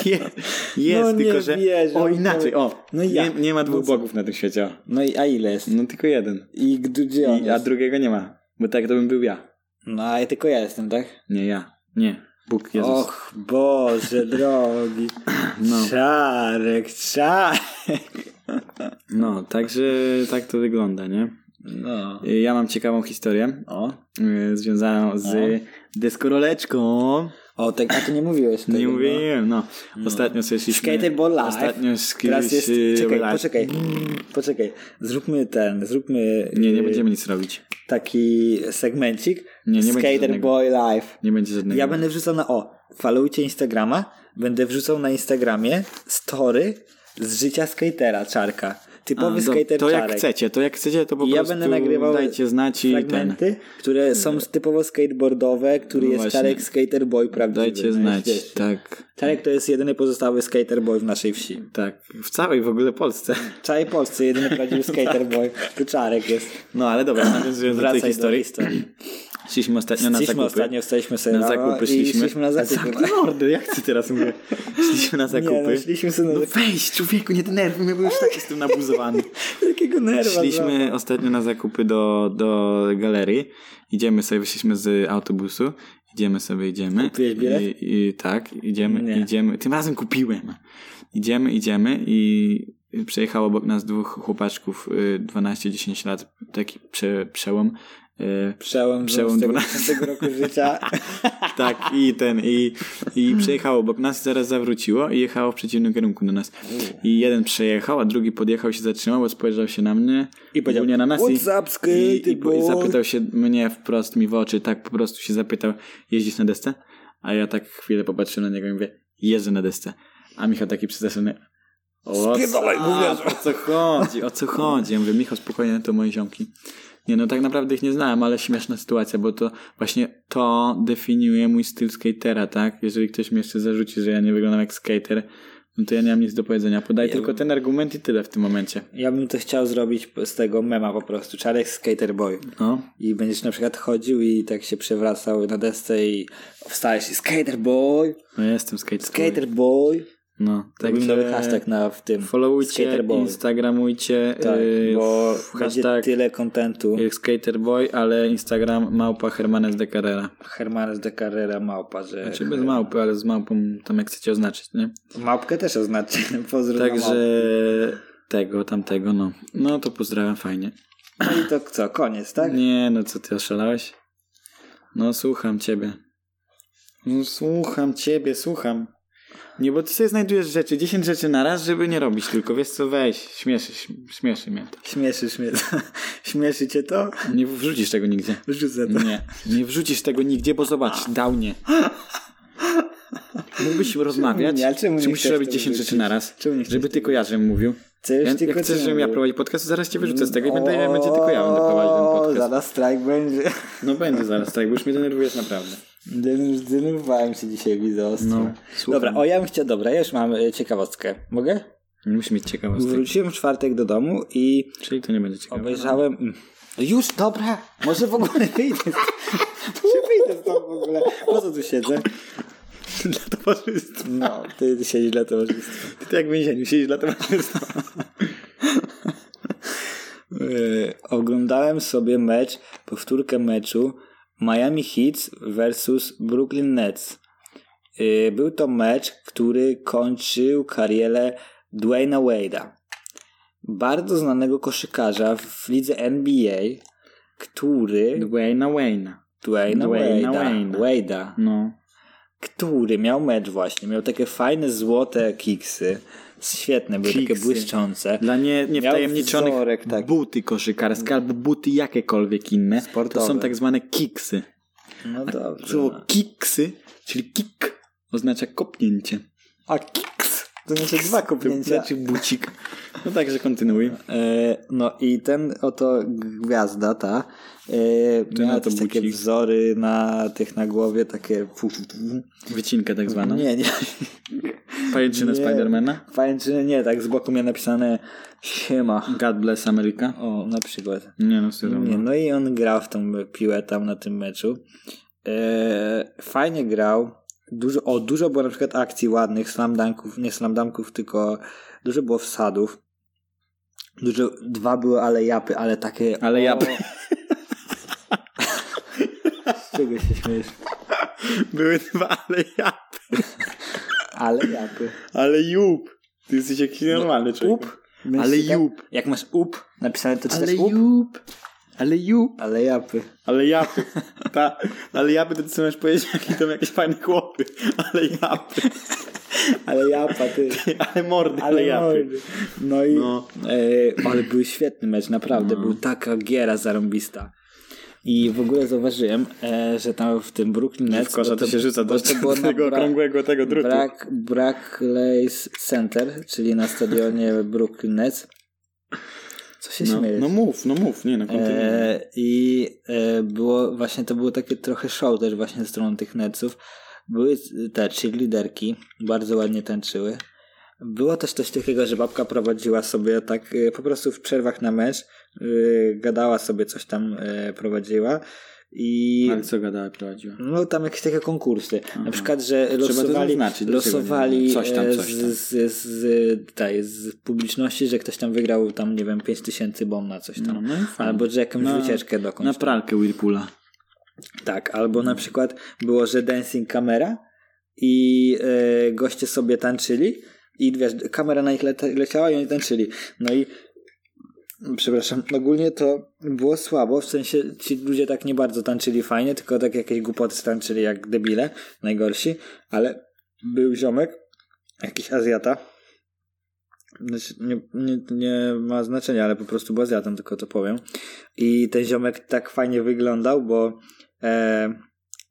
jest, jest No nie tylko że, wierzę, o no. inaczej, o, No nie, jak? nie ma dwóch No co? bogów na tym świecie, o. No i a ile jest? no tylko jeden, I gdzie on I, a jest? drugiego nie ma, bo tak to bym był ja, No a tylko ja jestem, tak? nie ja, nie, Bóg, Jezus, Och, Boże drogi. No. Czarek, czarek. no także tak to wygląda, nie? No. Y, Ja mam ciekawą historię, O, y, związaną No. z deskoroleczką. o tak, a ty nie mówiłeś tego, Nie no. mówiłem, no. Ostatnio słyszeliśmy... Skateboard Live. Ostatnio z kimś, Teraz jest... y, Czekaj, live. poczekaj. Poczekaj. Zróbmy ten, zróbmy... Nie, nie y, będziemy nic robić. Taki segmencik. Nie, nie będzie Skater żadnego. Boy Live. Nie będzie żadnego. Ja będę wrzucał na o. Falujcie Instagrama. Będę wrzucał na Instagramie story z życia skatera czarka. A, Typowy do- skater To czarek. jak chcecie, to jak chcecie, to po I ja prostu będę nagrywał dajcie znać i ten... Fragmenty, które są typowo skateboardowe, który No jest właśnie. czarek skater boy prawdziwy. Dajcie znać, najświeższy. tak. Czarek to jest jedyny pozostały skater boy w naszej wsi. Tak, w całej w ogóle Polsce. W całej Polsce jedyny prawdziwy skater boy to czarek jest. No ale dobra, nawiązując do Tak. tej Wracaj do historii. historii. Szliśmy ostatnio na Szliśmy zakupy. ostatnio, wstaliśmy sobie na rano zakupy i szliśmy. szliśmy na zakupy. Zamknij mordy, jak ty teraz mówię? Szliśmy na zakupy. Nie, no, szliśmy sobie na No zakupy. weź, człowieku, nie denerwuj mnie, bo już tak jestem nabuzowany. Jakiego nerwa. no. Szliśmy ostatnio na zakupy do, do galerii. Idziemy sobie, wyszliśmy z autobusu. Idziemy sobie, idziemy. Kupiłeś bilet? I, i, tak, idziemy, Nie. idziemy. Tym razem kupiłem. Idziemy, idziemy i przejechało obok nas dwóch chłopaczków y, 12-10 lat, taki prze, przełom. y, Przełom Przełom, Przełom 12. 12 roku życia. tak, i ten, i, i przejechało obok nas, zaraz zawróciło i jechało w przeciwnym kierunku do nas. I jeden przejechał, a drugi podjechał, się zatrzymał, bo spojrzał się na mnie. I powiedział, ogólnie na nas i, "What's up, i, i, skateboard?" i zapytał się mnie wprost mi w oczy, tak po prostu się zapytał, jeździsz na desce? A ja tak chwilę popatrzyłem na niego i mówię, jeżdżę na desce. A Michał taki przestraszony, o, Spierdalaj, co- mówię, o co chodzi, o co chodzi? Ja mówię, Michał, spokojnie, to moje ziomki. Nie, no tak naprawdę ich nie znałem, ale śmieszna sytuacja, bo to właśnie to definiuje mój styl skatera, tak? Jeżeli ktoś mi jeszcze zarzuci, że ja nie wyglądam jak skater, no to ja nie mam nic do powiedzenia. Podaj tylko ten argument i tyle w tym momencie. Ja bym to chciał zrobić z tego mema po prostu. Czarek skater boy. No, I będziesz na przykład chodził i tak się przewracał na desce i wstajesz i skater boy, no ja jestem skater. skater boy. No, Tak Robimy nowy hashtag na, w tym. Followujcie, skater boy. instagramujcie, tak, yy, bo f- będzie hashtag tyle kontentu. yy, skaterboy, ale instagram małpa Hermanes de Carrera. Hermanes de Carrera małpa, że... Znaczy bez małpy, ale z małpą tam jak chcecie oznaczyć, nie? Małpkę też oznaczy. Pozdro dla Także tego, tamtego, no. No to pozdrawiam, fajnie. małpy. No i to co, koniec, tak? Nie, no co ty oszalałeś? No słucham ciebie. No słucham ciebie, słucham. Nie, bo ty sobie znajdujesz rzeczy, 10 rzeczy na raz, żeby nie robić tylko, wiesz co, weź, śmieszy, śmieszy mnie to. Śmieszysz mnie. Śmieszy cię to? Nie wrzucisz tego nigdzie. Rzucę to. Nie, nie wrzucisz tego nigdzie, bo zobacz, dał nie. mógłbyś rozmawiać, nie? Ale czemu czy nie musisz chcesz robić to 10 rzeczy wrzucić? na raz, Czemu nie chcesz żeby tylko ja, żebym mówił. Chcesz Ja, jak tylko chcesz, ty. żebym ja prowadził podcast, to zaraz cię wyrzucę z tego i będę, będzie tylko ja będę prowadził ten podcast. Zaraz strajk będzie. No będzie zaraz, tak, bo już mnie denerwujesz naprawdę. Den- Zdenerwowałem się dzisiaj widzę ostro. No, słucham. dobra, o ja bym chciał, dobra, ja już mam e, ciekawostkę. Mogę? Nie musi mieć ciekawostek. Wróciłem w czwartek do domu i Czyli to nie będzie ciekawe. obejrzałem... Mm. Już, dobra, może w ogóle wyjdę. z- Może wyjdę stąd w ogóle. Po co tu siedzę? dla towarzystwa. No, ty, ty siedzisz dla towarzystwa. Ty tak w więzieniu siedzisz dla towarzystwa. Yy, oglądałem sobie mecz, powtórkę meczu Miami Heat versus Brooklyn Nets. Yy, był to mecz, który kończył karierę Dwayna Wade'a. Bardzo znanego koszykarza w lidze NBA, który... Dwayna No, Wayna. Dwayna, Dwayna Wade'a, Wade'a. Wade'a. No. Który miał mecz właśnie. Miał takie fajne, złote kiksy. Świetne, były takie Kiksy. błyszczące. Dla nie, Miał niewtajemniczonych wzorek taki. buty koszykarskie albo buty jakiekolwiek inne Sportowe. to są tak zwane kiksy. No dobrze. Słowo no. kiksy, czyli kick oznacza kopnięcie. A kiks! To znaczy dwa To kopnięcia. znaczy bucik. No także kontynuuj. E, no i ten oto gwiazda ta e, miała na to też takie bucik. wzory na tych na głowie, takie fu, fu, fu. Wycinkę tak zwaną. Nie, nie. Pajęczynę Nie. Spidermana. Pajęczyny nie, tak z boku miał napisane siema. God bless America. O, na przykład. Nie no, serio. Nie, no i on grał w tą piłę tam na tym meczu. E, fajnie grał. Dużo, o, dużo było na przykład akcji ładnych, slamdanków, nie slamdanków, tylko dużo było wsadów. Dużo, dwa były alejapy, ale takie... Ale ja Z czego się śmiejesz? były dwa, ale ja. Alejapy. Ale jup. Ty jesteś jakiś normalny człowiek. Up. Myślisz, Ale tak? jup. Jak masz up napisane, to czytasz Ale up? jup. Ale jup. Alejapy. Ale japy. Ta, ale japy to ty sobie możesz powiedzieć, jakie tam jakieś fajne chłopy. Ale japy. Alejapa, ty. Ale mordy, ale, Ale japy. no, no i No. E, ale był świetny mecz, naprawdę. Był taka giera zarąbista. I w ogóle zauważyłem, e, że tam w tym Brooklyn Nets... W kosza bo to się rzuca bo do to było na tego Bra- okrągłego tego drutu. Brack, Brackley's Center, czyli na stadionie Brooklyn Nets. Co się No, śmiejesz? no mów, no mów, nie no, kontynuuj. Eee, E, I e, było właśnie to było takie trochę show też właśnie ze strony tych Netsów. Były e, te liderki, bardzo ładnie tańczyły. Było też coś takiego, że babka prowadziła sobie tak e, po prostu w przerwach na mecz, e, gadała sobie coś tam e, prowadziła i Ale co gadała prowadziła? no tam jakieś takie konkursy. Na Aha. przykład, że Mhm. to losowali, zaznaczyć, dlaczego losowali nie? Coś tam, e, coś tam. z, z, z, tutaj, z publiczności, że ktoś tam wygrał tam, nie wiem, 5000 bon na coś tam. No, no i fajnie. Albo że jakąś Na- wycieczkę dokądś. Na pralkę Whirlpoola. Tak, albo na przykład było, że dancing kamera i e, goście sobie tańczyli i wiesz, kamera na nich leta, leciała i oni tańczyli. No i przepraszam, ogólnie to było słabo, w sensie ci ludzie tak nie bardzo tańczyli fajnie, tylko tak jakieś głupoty tańczyli jak debile, najgorsi, ale był ziomek, jakiś Azjata, znaczy, nie, nie, nie ma znaczenia, ale po prostu był Azjatem, tylko to powiem. I ten ziomek tak fajnie wyglądał, bo e,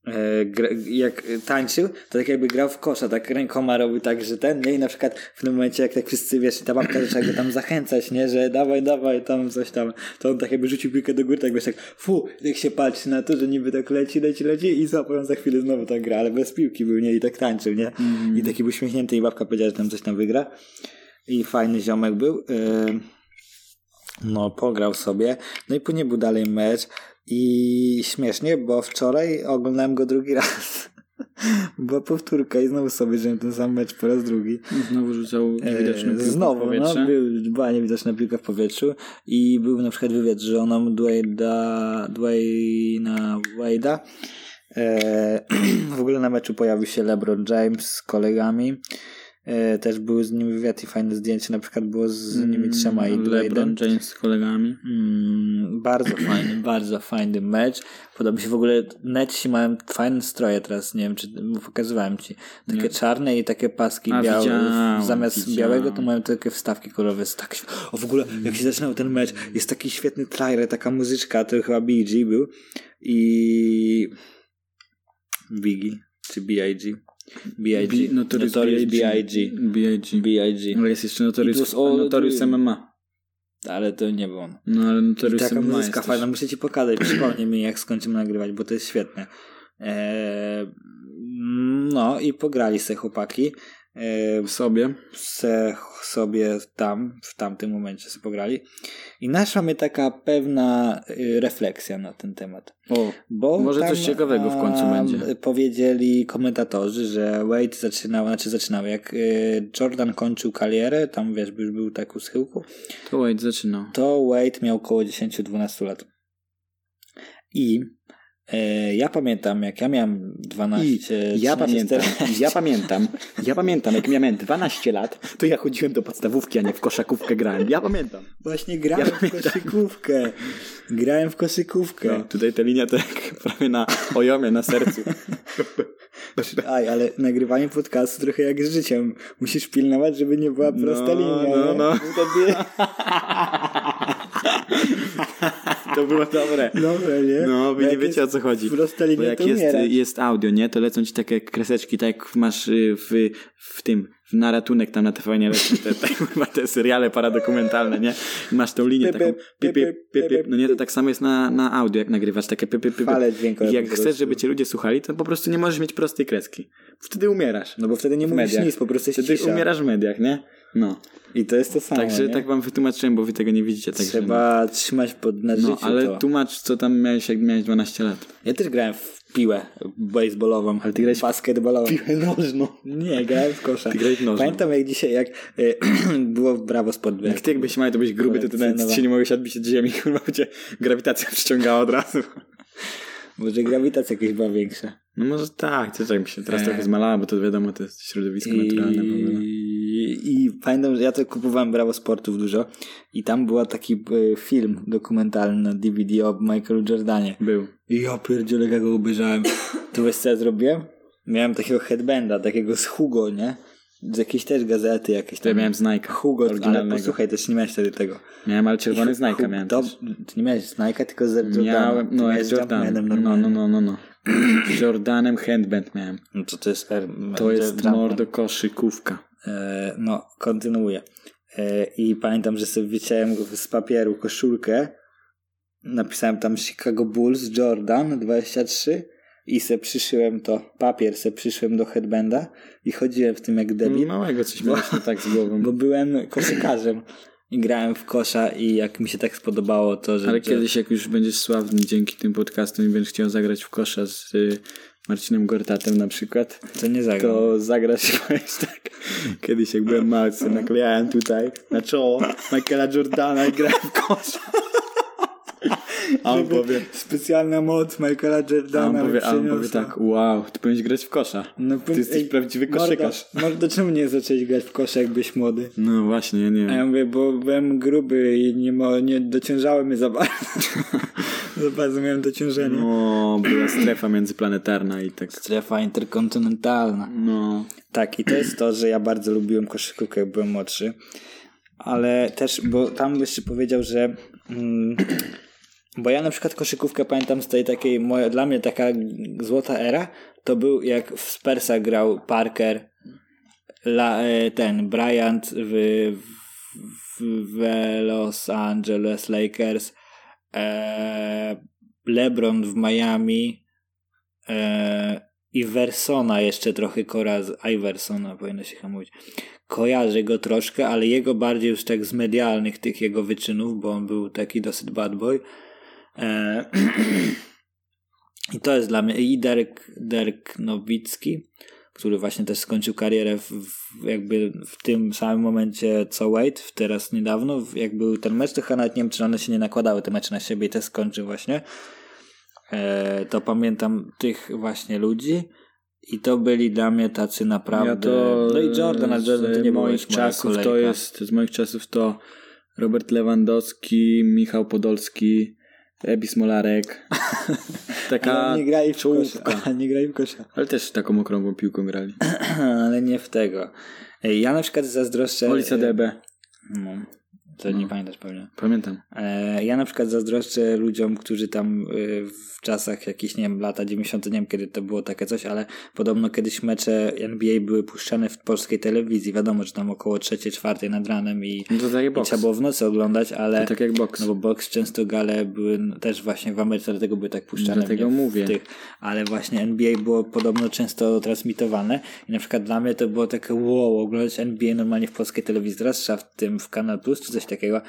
e, gra, jak tańczył, to tak jakby grał w kosza, tak rękoma robił tak, że ten, nie? I na przykład w tym momencie, jak tak wszyscy, wiesz, ta babka zaczęła go tam zachęcać, nie? Że dawaj, dawaj, tam coś tam. To on tak jakby rzucił piłkę do góry, tak wiesz, tak fu, jak się patrzy na to, że niby tak leci, leci, leci i zapowiem za chwilę znowu tak gra, ale bez piłki był, nie? I tak tańczył, nie? I taki był uśmiechnięty i babka powiedziała, że tam coś tam wygra. I fajny ziomek był. Yy, No, pograł sobie. No i później był dalej mecz. I śmiesznie, bo wczoraj oglądałem go drugi raz. Była powtórka i znowu sobie wziąłem ten sam mecz po raz drugi. No, Znowu rzucał niewidoczną Eee, piłkę w Znowu, powietrze. no, był, była niewidoczna piłka w powietrzu i był na przykład wywiad z żoną Dwayda, Dwayna Wade'a. Eee, w ogóle na meczu pojawił się LeBron James z kolegami. Eee, też był z nim wywiad i fajne zdjęcie na przykład było z nimi trzema i Mm, LeBron Dwaydem. James z kolegami. Mm, bardzo fajny, bardzo fajny mecz. Podoba mi się w ogóle, netsi mają fajne stroje teraz, nie wiem czy pokazywałem ci. Takie czarne i takie paski A, białe. widziałem, Zamiast widziałem. białego to mają takie wstawki kolorowe. Jest tak, św- o w ogóle, jak się zaczynał ten mecz, jest taki świetny trailer, taka muzyczka, to chyba B.I.G. był i... No Biggie, czy B.I.G. B.I.G. no B- No. Notorious Notorious B.I.G.. B.I.G. B.I.G. B.I.G. Ale jest jeszcze It Notorious, was all Notorious dream. MMA. Ale to nie było. ono. No ale I Notorious taka MMA muzyka jest też. fajna, muszę ci pokazać, przypomnij mi jak skończymy nagrywać, bo to jest świetne. Eee, no i pograli se chłopaki. Eee, w sobie. se sobie tam, w tamtym momencie sobie pograli. I naszła mnie taka pewna y, refleksja na ten temat. O, Bo Może tam, coś ciekawego w końcu a, będzie. Powiedzieli komentatorzy, że Wade zaczynał, znaczy zaczynał, jak y, Jordan kończył karierę, tam wiesz, już był tak u schyłku, to Wade zaczynał. to Wade miał około 10-12 lat. I y, ja pamiętam, jak ja miałem 12, I 13, ja pamiętam, 14, ja pamiętam, ja pamiętam, jak miałem 12 lat, to ja chodziłem do podstawówki, a nie w koszakówkę grałem. Ja pamiętam. Właśnie grałem Ja w koszykówkę. Grałem w koszykówkę. No, tutaj ta linia tak prawie na ojomie, na sercu. Aj, ale nagrywanie podcastu trochę jak z życiem. Musisz pilnować, żeby nie była no, prosta linia. no, nie? no. Wtedy... To było dobre. Dobre, nie? No, wy Bo nie jak wiecie o jest co chodzi. Prosta Bo linia jak to jest, umiera. jest audio, nie? To lecą ci takie kreseczki, tak jak masz y, w, w tym, w na ratunek tam na TVN lecą te, te, kurwa, te seriale paradokumentalne, nie? I Masz tą linię taką pip, pip, pip, pip. No nie, to tak samo jest na, na audio, jak nagrywasz takie pip, pip, pip. Fale dźwiękowe I jak po prostu. chcesz, żeby cię ludzie słuchali, to po prostu nie możesz mieć prostej kreski. Wtedy umierasz. No bo wtedy nie w mówisz mediach. nic, po prostu jest Wtedy cisza. umierasz w mediach, nie? No. I to jest to samo, Także nie? tak wam wytłumaczyłem, bo wy tego nie widzicie. Także no. Trzeba trzymać pod na No, życiu to. ale tłumacz, co tam miałeś, jak miałeś 12 lat. Ja też grałem w piłę baseballową, ale ty grałeś basketballową. Piłę nożną. Nie, grałem w kosza. Ty grałeś w nożną. Pamiętam jak dzisiaj, jak y, było w Brawo Sport Jak ty jakbyś miał, to byś gruby, to ty nawet Kolekcjonowa- się nie mogłeś odbić od ziemi, kurwa, bo cię grawitacja przyciągała od razu. Może grawitacja jakaś była większa. No może tak, coś tak mi się teraz Eee. trochę zmalała, bo to wiadomo, to jest środowisko naturalne. w ogóle. I, I pamiętam, że ja to kupowałem Brawo Sportów dużo i tam był taki e, film dokumentalny na DVD o Michaelu Jordanie. Był. I ja pierdziele jak go obejrzałem. to wiesz co ja zrobiłem? Miałem takiego headbanda, takiego z Hugo, nie? Z jakiejś też gazety jakieś To ja tam. miałem znajka. Hugo, ale oryginalnego. posłuchaj, też nie miałeś wtedy tego. Miałem, ale czerwony znajka Hugo- miałem. dob- też. Ty nie miałeś Nike'a, tylko z Jordana. Miałem, Ty no miałeś jak Jordan. Jumpmanem No, no, normalnie. no, no, no. Z Jordanem handband miałem. No to to jest... Air- To jest Jumpman. mordo koszykówka. E, no, kontynuuję. E, I pamiętam, że sobie wyciąłem z papieru koszulkę. Napisałem tam Chicago Bulls Jordan 23 i se przyszyłem to, papier se przyszyłem do headbanda i chodziłem w tym jak debil, Małego coś miałeś nie tak z głową. bo byłem koszykarzem i grałem w kosza i jak mi się tak spodobało to, że... Ale kiedyś, jak już będziesz sławny dzięki tym podcastom i będziesz chciał zagrać w kosza z y, Marcinem Gortatem na przykład, To nie zagram. to zagrasz powiedz tak. Kiedyś jak byłem mały, co naklejałem tutaj na czoło Michaela Jordana i grałem w kosza. A on powie, Specjalna moc Michaela a Jordana on mi powie, a on powie przyniosła. tak, wow, ty powinieneś grać w kosza. No, Ty jesteś prawdziwy koszykarz. Mordo, mordo, czemu nie zacząłeś grać w kosza, jak byś młody? No właśnie, ja nie A ja wiem. mówię, bo byłem gruby i nie, mo, nie dociążały mnie za bardzo. za bardzo miałem dociążenie. No, była strefa międzyplanetarna i tak. Strefa interkontynentalna. No, Tak, i to jest to, że ja bardzo lubiłem koszykówkę, jak byłem młodszy. Ale też, bo tam jeszcze powiedział, że... Mm, bo ja na przykład koszykówkę pamiętam z tej takiej, moja, dla mnie taka złota era, to był jak w Spersa grał Parker, la, e, ten Bryant w, w, w Los Angeles Lakers, e, LeBron w Miami e, i Versona jeszcze trochę koraz, Iversona powinno się chyba mówić. Kojarzę go troszkę, ale jego bardziej już tak z medialnych tych jego wyczynów, bo on był taki dosyć bad boy. E, I to jest dla mnie. I Derek, Derek Nowicki, który właśnie też skończył karierę w, w, jakby w tym samym momencie co Wade, w teraz niedawno, w, jak był ten mecz, to chyba nawet nie wiem, czy one się nie nakładały te mecze na siebie i też skończył właśnie. E, to pamiętam tych właśnie ludzi. I to byli dla mnie tacy naprawdę. Ja to, no i Jordan, ale Jordan to z nie było moich już moja czasów kolejka. to jest z moich czasów to Robert Lewandowski, Michał Podolski, Ebi Smolarek. No, Taka Ale No, nie grali w czołówka. kosza. Nie grali w kosza. Ale też taką okrągłą piłką grali. E, Ale nie w tego. Ej, Ja na przykład zazdroszczę... e, Olisa Debe. No, To nie pamiętasz pewnie. Pamiętam. E, Ja na przykład zazdroszczę ludziom, którzy tam e, w czasach jakichś, nie wiem, lata 90, nie wiem kiedy to było takie coś, ale podobno kiedyś mecze NBA były puszczane w polskiej telewizji. Wiadomo, że tam około 3, 4 nad ranem i, No to tak jak i boks. trzeba było w nocy oglądać, ale To tak jak boks. no bo boks często gale były n- też właśnie w Ameryce, dlatego były tak puszczane. Dlatego nie? W mówię. Tych, ale właśnie NBA było podobno często transmitowane i na przykład dla mnie to było takie wow, oglądać NBA normalnie w polskiej telewizji, zwłaszcza w tym w Kanal Plus czy coś takiego.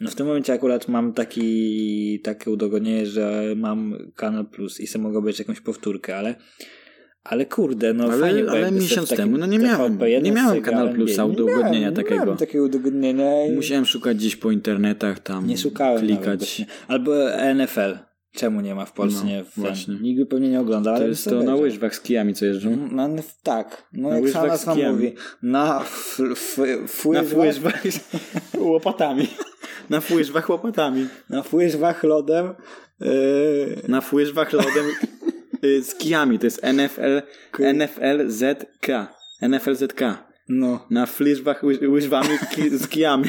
No w tym momencie akurat mam taki, takie udogodnienie, że mam Kanal Plus i sobie mogę obejrzeć jakąś powtórkę, ale ale kurde, no Ale- fajnie ale byłoby sobie miesiąc w takim temu, no nie miałem- TVP1 nie miałem sygnał Kanal NBA. Plusa, Nie miałem- udogodnienia nie takiego. Miałem takiego udogodnienia. i- Musiałem szukać gdzieś po internetach tam. nie szukałem. Nawet Klikać. właśnie. Albo NFL. Czemu nie ma w Polsce? No, nie, w ten- właśnie. Nikt by pewnie nie oglądał, ale to bym jest sobie to na wiedział. łyżwach z kijami, co jeżdżą. No, no, tak, no Na jak sama łyżwach nazwa z kijem. mówi, na f, f, f, Na łyżwach, łyżwach łopatami. Na łyżwach łopatami. na f łyżwach lodem, yy, Na łyżwach lodem y, z kijami. To jest NFL, Ku- NFLZK. NFLZK. no, Na łyżwach łyż- łyżwami ki- z kijami.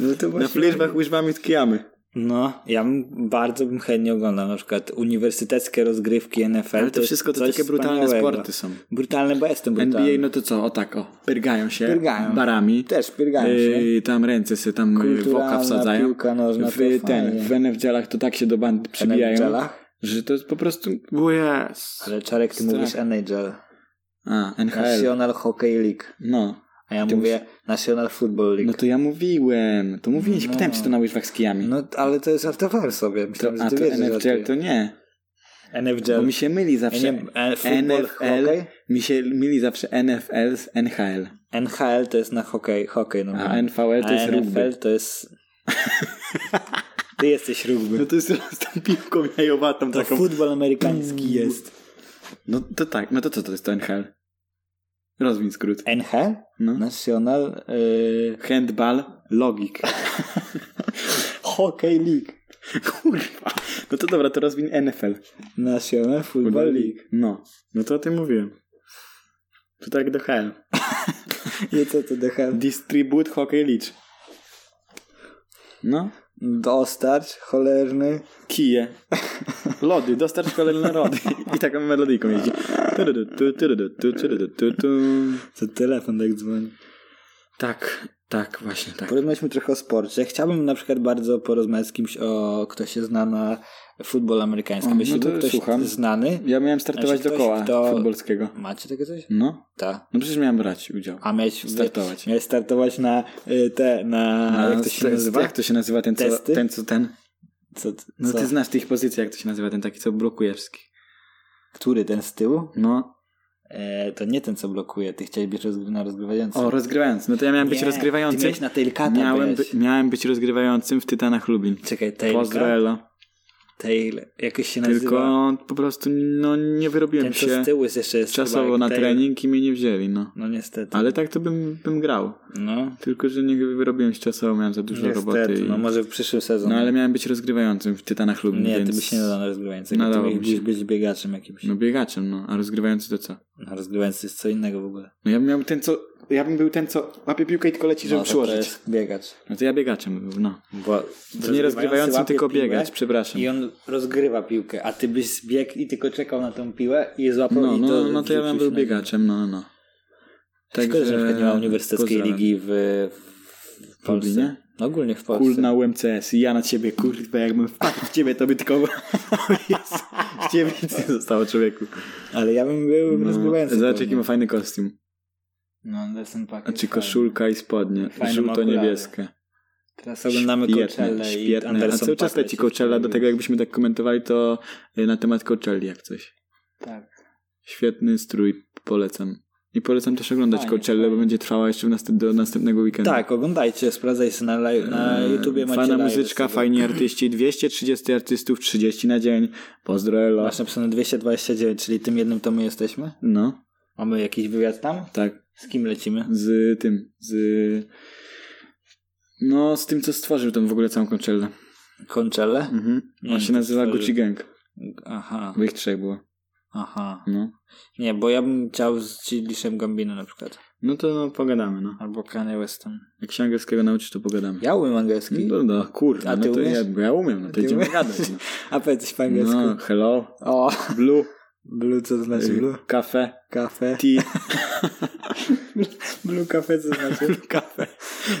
no to Na właśnie, łyżwach łyżwami z kijami. no, ja bym bardzo bym chętnie oglądał na przykład uniwersyteckie rozgrywki NFL, Ale to jest wszystko to coś takie brutalne wspaniałego. sporty są. Brutalne, bo ja jestem brutalny. NBA, no to co, o tak, o, pyrgają się Pyrgają. barami. Też pyrgają się. Yy, tam ręce sobie tam yy, w oka Kulturalna wsadzają. piłka nożna, to w, yy, ten, fajnie. w NFL-ach to tak się do bandy W przybijają, NHL-ach? że to jest po prostu... bo Yes. Ale Czarek, ty Strach. mówisz NHL. A, NHL. National Hockey League. No. A ja Ty mówię National Football League. No No, to ja mówiłem. To mówiłeś, pytałem cię to na łyżwach z kijami. No, ale to jest żartowałem sobie. to, Myślałem, a że to ty wiesz, NFL to nie. Bo NFL. mi się myli zawsze. Nie, e, football, NFL. hokej? Mi się myli zawsze NFL z NHL. NHL to jest na hokej, hokej no. A NVL to A jest NFL rugby. to jest... Ty jesteś rugby. No to jest z tą piłką jajowatą To taką. futbol Mm. amerykański jest. No to tak, no to co to jest to NHL? Rozwiń skrót. NHL? No. National... Y... Handball Logic. Hockey League. Kurwa. No to dobra, to rozwiń NFL. National Football League. No. No to o tym mówiłem. To tak do HL. Nie co to DHL. Distribute Hockey League. No. Dostarcz, cholerny. Kije. Lody, dostarcz kolejne lody. I taką melodyjką jeździ. Tududu, tu, tududu, tu, tududu, tu, tu. To telefon tak dzwoni. Tak, tak, właśnie tak. Porozmawialiśmy trochę o sporcie. Chciałbym na przykład bardzo porozmawiać z kimś, o, kto się zna na futbol amerykańskim. O, no Jeśli to był ktoś słucham. znany, Ja miałem startować Znaczy, do ktoś, koła kto- futbolskiego. macie takie coś? No. Tak. No przecież miałem brać udział. A miałeś Startować. Miałeś startować na y, te, na, A jak to się te- nazywa? Jak to się nazywa ten co, Testy? ten, co ten? Co, co? No ty znasz tych pozycji, jak to się nazywa, ten taki, co blokuje wszystkich. Który ten z tyłu? No. E, to nie ten, co blokuje. Ty chciałeś być rozgry- na rozgrywający. O, rozgrywający. No to ja miałem być Nie, Ty rozgrywającym. miałeś na tailcata Miałem, być. by, miałem być rozgrywającym w Tytanach Lublin. Czekaj, Pozdro, tailcat? Elo. Tail, jakoś się nazywa. Tylko po prostu no nie wyrobiłem Ten, się. co z tyłu jest jeszcze jest chyba czasowo jak na tail. trening i mnie nie wzięli, no. No niestety. Ale tak to bym, bym grał. No. Tylko, że nie wyrobiłem się czasowo, miałem za dużo roboty. I... no może w przyszłym sezonie. No ale miałem być rozgrywającym w Tytanach Lublin, Nie, więc... ty byś nie dał na rozgrywający. No, ty Nadałbym mógłbyś się. być biegaczem jakimś. No biegaczem, no. A rozgrywający to co? Na rozgrywający jest co innego w ogóle. No ja bym miał ten, co... Ja bym był ten, co łapie piłkę i tylko leci, żeby no, to przyłożyć. To jest biegacz. No to ja biegaczem bym był, no. Bo To nie rozgrywającym, łapie tylko piłę biegać, przepraszam. I on rozgrywa piłkę, a ty byś biegł i tylko czekał na tą piłę i je złapał No, i no, to no to ja bym był wrzucił się na- biegaczem, no, no. Szkoda, że na przykład nie ma uniwersyteckiej pozdrawiam. ligi w, w Polsce. Lublinie? No, ogólnie w Polsce. Kul na UMCS i ja na ciebie, kurwa, jakbym wpadł w ciebie, to by tylko... w ciebie nic nie zostało, człowieku. Ale ja bym był No, rozgrywający. zobacz, pewnie. jaki ma fajny kostium. No, Anderson Paak A jest czy fajny. koszulka i spodnie. Fajne ma Żółto-niebieskie. Teraz oglądamy Świetne, Coachella i świetne. Anderson A cały czas Paak leci Coachella, do tego jakbyśmy tak komentowali, to y, na temat Coachelli jak coś. Tak. Świetny strój, polecam. I polecam też oglądać Fajnie, Coachellę, bo będzie trwała jeszcze w następ, do następnego weekendu. tak, oglądajcie, sprawdzaj się na, live, na E, YouTubie. macie Fajna live muzyczka, z tego. fajni artyści, 230 artystów, 30 na dzień. Pozdro Elo. Masz napisane 229, czyli tym jednym to my jesteśmy? No, Mamy jakiś wywiad tam? tak. Z kim lecimy? Z tym, z... No, z tym, co stworzył tą w ogóle całą Coachellę. Konczele? Mhm. On Nie wiem, się co nazywa Mm. Gucci stworzył. Gang, Aha, bo ich trzech było. aha. No. Nie, bo ja bym chciał z Childiszem Gambino na przykład. No to no, pogadamy, no. Albo Kanye Weston. Jak się angielskiego nauczysz, to pogadamy. Ja umiem angielski. No, no kurde, A no ty to ja, umiesz? ja umiem, no Ty to idziemy umiesz? gadać. A powiedz coś po No. angielsku. no, hello, O, blue, blue co znaczy blue? kafe, Kafe. tea, Blue kafe co znaczy? kafe.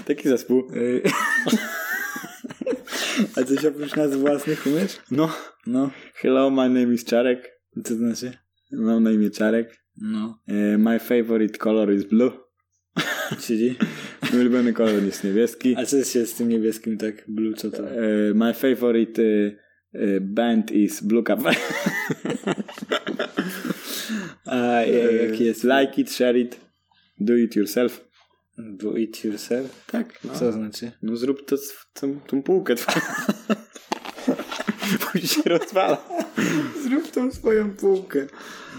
Taki zespół. Y, A coś oprócz nas własnych umiesz? No, No. hello, my name is Czarek. Co to znaczy? Mam na imię Czarek. No. E, my favorite color is blue. Czyli? Mój ulubiony kolor jest niebieski. A co się z tym niebieskim tak? Blue co to? E, my favorite e, e, band is blue cafe. A je, jaki jest? e, Like it, share it, do it yourself. Do it yourself? Tak. No, Co znaczy? no zrób to, z- tą, tą półkę. Bo już się rozwala. Zrób tą swoją półkę.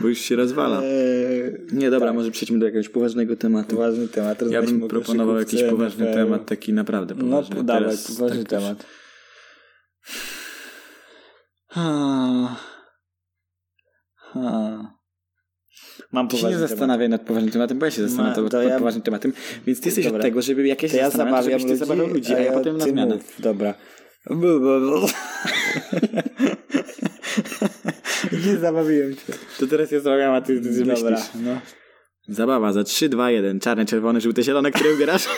Bo już się rozwala. Eee, Nie, dobra, może przejdźmy do jakiegoś poważnego tematu. poważny temat. Ja Rozmawialiśmy bym o proponował koszykówce, jakiś poważny NFL. temat, taki naprawdę No, tak. poważny. dawaj, Teraz poważny tak już- temat. Ha, Ha. Mam Ty się poważny nie zastanawiaj nad poważnym tematem, bo ja się zastanawiam No, nad to ja- poważnym tematem. Więc ty jesteś Dobra. od tego, żeby jak ja temat. To się ja zastanawiam, zabawiam żebyś ty ludzi, e, zabawiał ludzi, a ja potem na ty zmianę. Mów. Dobra. nie zabawiłem się. To teraz ja zabawiam, a ty, ty, ty Dobra, myślisz. no. Zabawa za 3, 2, 1. Czarny, czerwony, żółty, zielony, który wybierasz?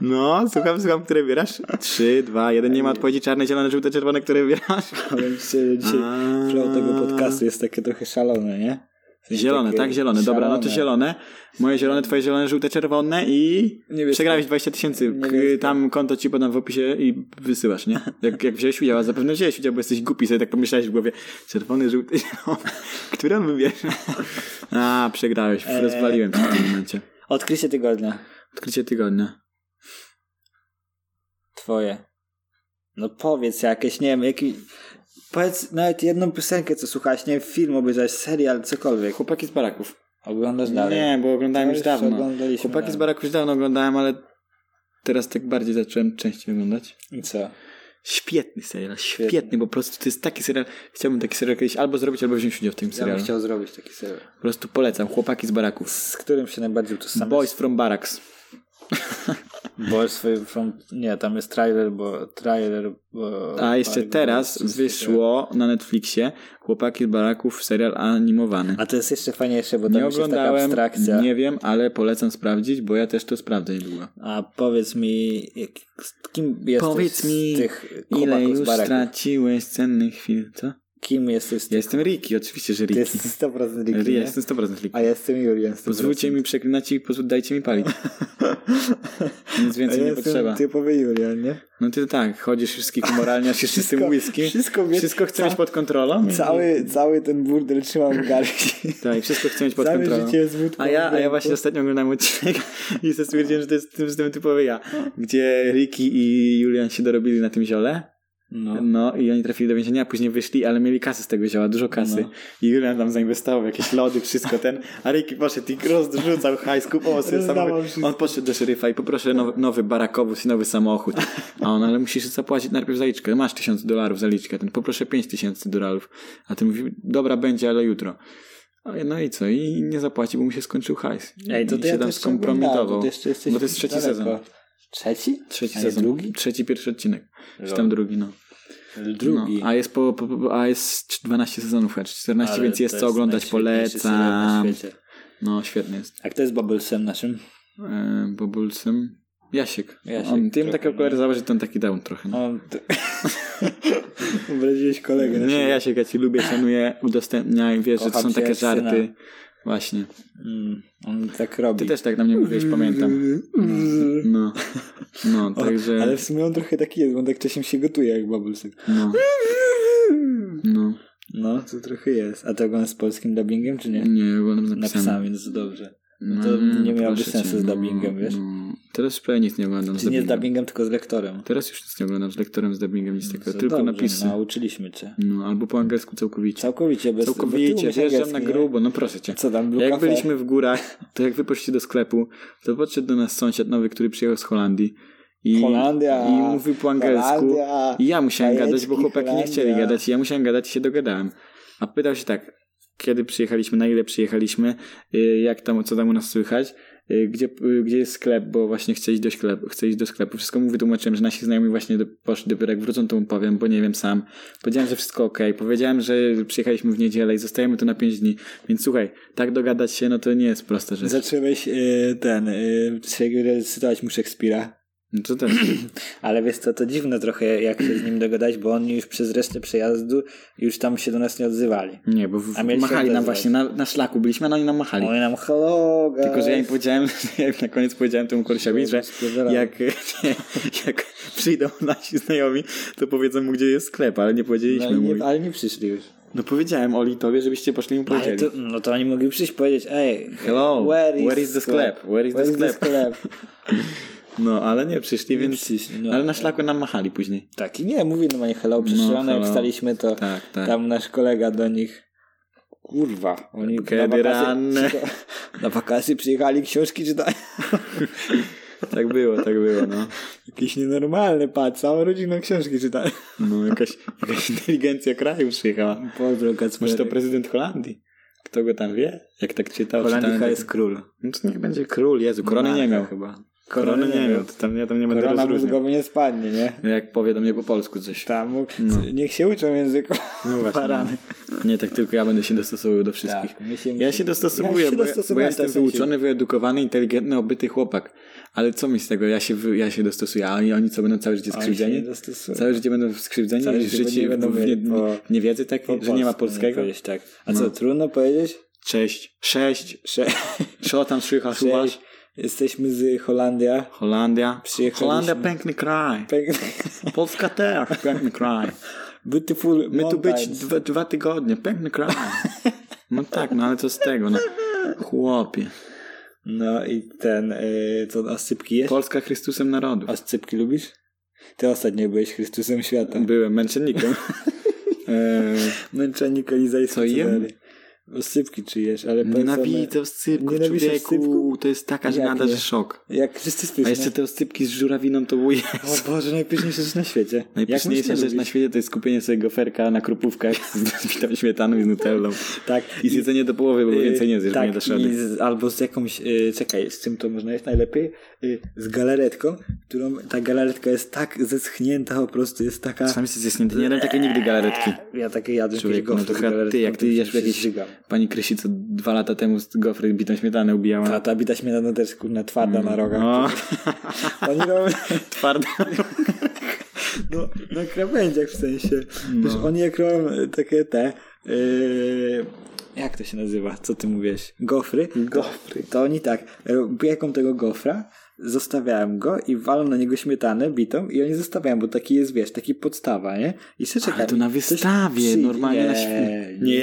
No, słucham, słucham, który wybierasz? 3, 2, 1. Nie ma odpowiedzi. Czarny, zielony, żółty, czerwony, który wybierasz? Powiem ci, że dzisiaj A. flow tego podcastu jest takie trochę szalone, nie? W sensie Zielone, takie tak? Zielone. Dobra, no to szalone. zielone. Moje zielone, twoje zielone, żółte, czerwone i... Niebieskie. Przegrałeś 20 tysięcy. K- Niebieskie. Tam konto ci podam w opisie i wysyłasz, nie? Jak, jak wziąłeś udział, a zapewne wziąłeś udział, bo jesteś głupi, sobie tak pomyślałeś w głowie. Czerwony, żółty, zielony. Który on wybierze? A, przegrałeś. Rozwaliłem cię w tym momencie. Odkrycie tygodnia. Odkrycie tygodnia. Twoje. No powiedz jakieś, nie wiem, jaki... Powiedz nawet jedną piosenkę, co słuchałeś, nie wiem, film obejrzałeś, serial, cokolwiek. Chłopaki z baraków. Oglądasz dalej. Nie, bo oglądałem To już już dawno. oglądaliśmy Chłopaki z dawno. baraków już dawno oglądałem, ale teraz tak bardziej zacząłem częściej oglądać. I co? Świetny serial, świetny, po prostu to jest taki serial, chciałbym taki serial kiedyś albo zrobić, albo wziąć udział w tym serialu. zrobić taki serial. Po prostu polecam, Chłopaki z baraków. Z którym się najbardziej utożsamiasz? Boys from Barracks. Boys from... Nie, tam jest trailer, bo... Trailer, bo... A jeszcze teraz wyszło na Netflixie Chłopaki z baraków, serial animowany. A to jest jeszcze fajniejsze, bo tam Nie już jest taka oglądałem, abstrakcja. nie wiem, ale polecam sprawdzić, bo ja też to sprawdzę niedługo. A powiedz mi, jak, z kim jesteś Powiedz mi, z tych Ile chłopaków już z baraków? straciłeś cennych chwil, co? Kim jesteś z Ja tych... jestem Riki, oczywiście, że Ty Riki. jesteś 100% Ricky, Ri- nie? ja jestem 100% Riki. A ja jestem Julian. 100%. Pozwólcie mi przeklinać i pozwól, dajcie mi palić. Nic A więcej ja nie jestem potrzeba. typowy Julian, nie? No ty tak, chodzisz wszystkich umoralnie, aż jeszcze z tym Wszystko- whisky. wszystko wie- Wszystko chcę ca- mieć pod kontrolą. Cały, cały ten burdel trzymam w garści. Tak, wszystko chcę mieć pod Całe kontrolą. życie jest wódką a ja, a ja w właśnie ręku. ostatnio oglądałem odcinek i sobie stwierdziłem, że to jest tym, tym typowy ja. Gdzie Ricky i Julian się dorobili na tym ziole. No. No i oni trafili do więzienia, później wyszli, ale mieli kasy z tego zioła, dużo kasy. No. I Julian tam zainwestował w jakieś lody, wszystko ten, a Ricky poszedł i rozrzucał hajs, kupował sobie Rozdawał samochód. wszystko. On poszedł do szeryfa i poproszę nowy, nowy barakowóz i nowy samochód. A on, ale musisz zapłacić najpierw zaliczkę, masz 1000 dolarów zaliczkę, ten poproszę 5000 dolarów. A ty mówi, dobra będzie, ale jutro. A No i co? I nie zapłacił, bo mu się skończył hajs. Ej, to I ty się ja tam też skompromitował. oglądałem, to jeszcze jesteś Bo to jest trzeci daleko. sezon. Trzeci? Trzeci A nie sezon. drugi? Trzeci, pierwszy odcinek. Czy tam drugi, no. Drugi. No, a jest po, po, po, a jest 12 sezonów, chyba, czy 14, Ale więc to jest co oglądać, najświetniejszy serial na polecam. świecie. No, świetny jest. A kto jest Bubblesem naszym? E, Bobulsem. Jasiek. Jasiek, on tak tym trochę, takie okulary założy, ten taki down trochę. No. On... Obraziłeś kolegę. Nie, Jasiek, ja cię lubię, szanuję, udostępniaj, wiesz, że to Kocham są cię takie jak syna. żarty. Właśnie. Mm, on tak Ty robi. Mm. też tak na mnie mówiłeś, pamiętam. No, no, także... Ale w sumie on trochę taki jest, bo on tak czasem się gotuje jak Bubblesek. No, no. No, to trochę jest. A to oglądasz z polskim dubbingiem, czy nie? Nie, oglądam z napisami. Napisami, no to dobrze. to nie miałoby proszę sensu cię, z dubbingiem, wiesz? No. Teraz już prawie nic nie oglądam z Czy nie z dubbingiem. dubbingiem, tylko z lektorem. Teraz już nic nie oglądam z lektorem, z dubbingiem, nic takiego. To Tylko No, dobrze, napisy. Nauczyliśmy cię. No, albo po angielsku całkowicie. Całkowicie bez bo ty Całkowicie, umiesz wjeżdżam na angielski, grubo, no proszę cię. nie? Co tam, Blue Jak Cafe? byliśmy w górach, to jak wy poszliście do sklepu, to podszedł do nas sąsiad nowy, który przyjechał z Holandii. I, Holandia! I mówił po angielsku. Holandia! I ja musiałem Bajeczki, gadać, bo chłopaki nie chcieli Holandia. gadać. I ja musiałem gadać i się dogadałem. A pytał się tak, kiedy przyjechaliśmy, na ile przyjechaliśmy, y, jak tam, co tam u nas słychać, y, gdzie, y, gdzie jest sklep, bo właśnie chcę iść do sklepu, chcę iść do sklepu. Wszystko mu wytłumaczyłem, że nasi znajomi właśnie do, poszli, dopiero jak wrócą, to mu powiem, bo nie wiem sam. Powiedziałem, że wszystko ok. Powiedziałem, że przyjechaliśmy w niedzielę i zostajemy tu na 5 dni. Więc słuchaj, tak dogadać się, no to nie jest prosta rzecz. Zacząłeś y, ten, y, się recytować mu Szekspira. No to też. Ale wiesz co, to dziwne trochę jak się z nim dogadać, bo oni już przez resztę przejazdu już tam się do nas nie odzywali. Nie, bo w, A mieliście machali nam odezwać. właśnie, na, na szlaku byliśmy, a oni nam machali. Oni nam hello guys. Tylko, że ja im powiedziałem, jak na koniec powiedziałem temu kolesiowi, że Spierdalam. jak, nie, jak przyjdą nasi znajomi, to powiedzą mu, gdzie jest sklep, ale nie powiedzieliśmy no, i mu. nie, ale nie przyszli już. No powiedziałem Oli i tobie, żebyście poszli i mu Ale powiedzieli. to, no to oni mogli przyjść i powiedzieć, ej, Hello, where is, where is the sklep? Where is the sklep? No, ale nie przyszli, więc... przyszli, no. Ale na szlaku nam machali później. Tak, i nie, mówi normalnie hello, przecież No, rano jak hello. staliśmy, to Tak, tak. tam nasz kolega do nich, kurwa, oni Kiedy na, wakacje, ranne. przyjechali- na wakacje przyjechali, książki czytają, Tak było, tak było, no. jakiś nienormalny, patrz, całą rodziną książki czytają. no jakaś, jakaś inteligencja kraju przyjechała. Pozdro Może to Kacperek. prezydent Holandii? Kto go tam wie? Jak tak czytał? czytałem, Holandicha tak- jest król. No to niech będzie król, Jezu, korony nie Monarcha miał. chyba. Korony nie miał, to tam, ja tam nie będę Korona Tak, rozróżniał. mózgowy nie spadnie, nie? Jak powie do mnie po polsku coś. Tam, mógł- niech się uczą języków. No właśnie. Barany. Nie, tak tylko ja będę się dostosowywał do wszystkich. Tak, my się- ja się dostosowuję, Ja się bo, ja, bo dostosowałem, ja tak jestem jak wyuczony, wyedukowany, inteligentny, obyty chłopak. Ale co mi z tego, ja się, wy- ja się dostosuję, a oni, oni co będą całe życie Oni się nie skrzywdzeni? dostosują. Całe życie będą skrzywdzeni, Całe całe życie życie będą w, w, nie, mieli po- w niewiedzy takiej, że nie ma polsku polskiego. No. powiedzieć tak. A co, trudno powiedzieć? Cześć, sześć, Sze- co tam słychać, słuchasz? Jesteśmy z Holandia. Holandia. Przyjechaliśmy. Holandia, piękny kraj. Piękny- Polska też, piękny kraj. Beautiful My tu być mountains. dwa, dwa tygodnie, piękny kraj. No tak, no ale co z tego, no. Chłopie. No i ten, y, co oscypki jesz? Polska Chrystusem narodu. Oscypki lubisz? Ty ostatnio byłeś Chrystusem świata. Byłem męczennikiem. Eee, Męczennik Elizajski. Co jem? Oscypki czy jesz, ale Nienawidzę oscypków, Nienawidzisz człowieku. oscypków? To jest taka Jak żenada, nie? że szok. Jak Chrystus A pyszny. jeszcze te oscypki z żurawiną to były... O Boże, najpyszniejsza rzecz na świecie. Jak Najpiękniejsza można rzecz na lubić? świecie to jest kupienie sobie goferka na krupówkach z bitą śmietaną i z nutellą. Tak. I zjedzenie do połowy, bo Y, więcej nie zjesz, bo tak, nie dasz i rady. z, albo z jakąś, y, czekaj, z czym to można jeść najlepiej? Y, z galaretką, którą ta galaretka jest tak zeschnięta, po prostu jest taka... Sam jesteś zjęty. Nie dam takiej nigdy galaretki. Ja takie jadłem Człowieku, no to z chyba ty, galaretką, jak to ty jesz w się jakiejś zżygam. pani Krysi, co dwa lata temu z gofry bitą śmietanę ubijała. A ta bita śmietana też kurna twarda na rogach. No, Oni robią twarda. no, na krawędziach w sensie. Wiesz, oni jak robią y, takie te... y, jak to się nazywa? Co ty mówisz? Gofry? Gofry. To, to oni tak, y, jaką tego gofra, zostawiałem go i walą na niego śmietanę bitą i oni zostawiają, bo taki jest, wiesz, taki podstawa, nie? I się czeka. Ale to na ktoś wystawie, przyjdzie- normalnie na nie, świe- nie.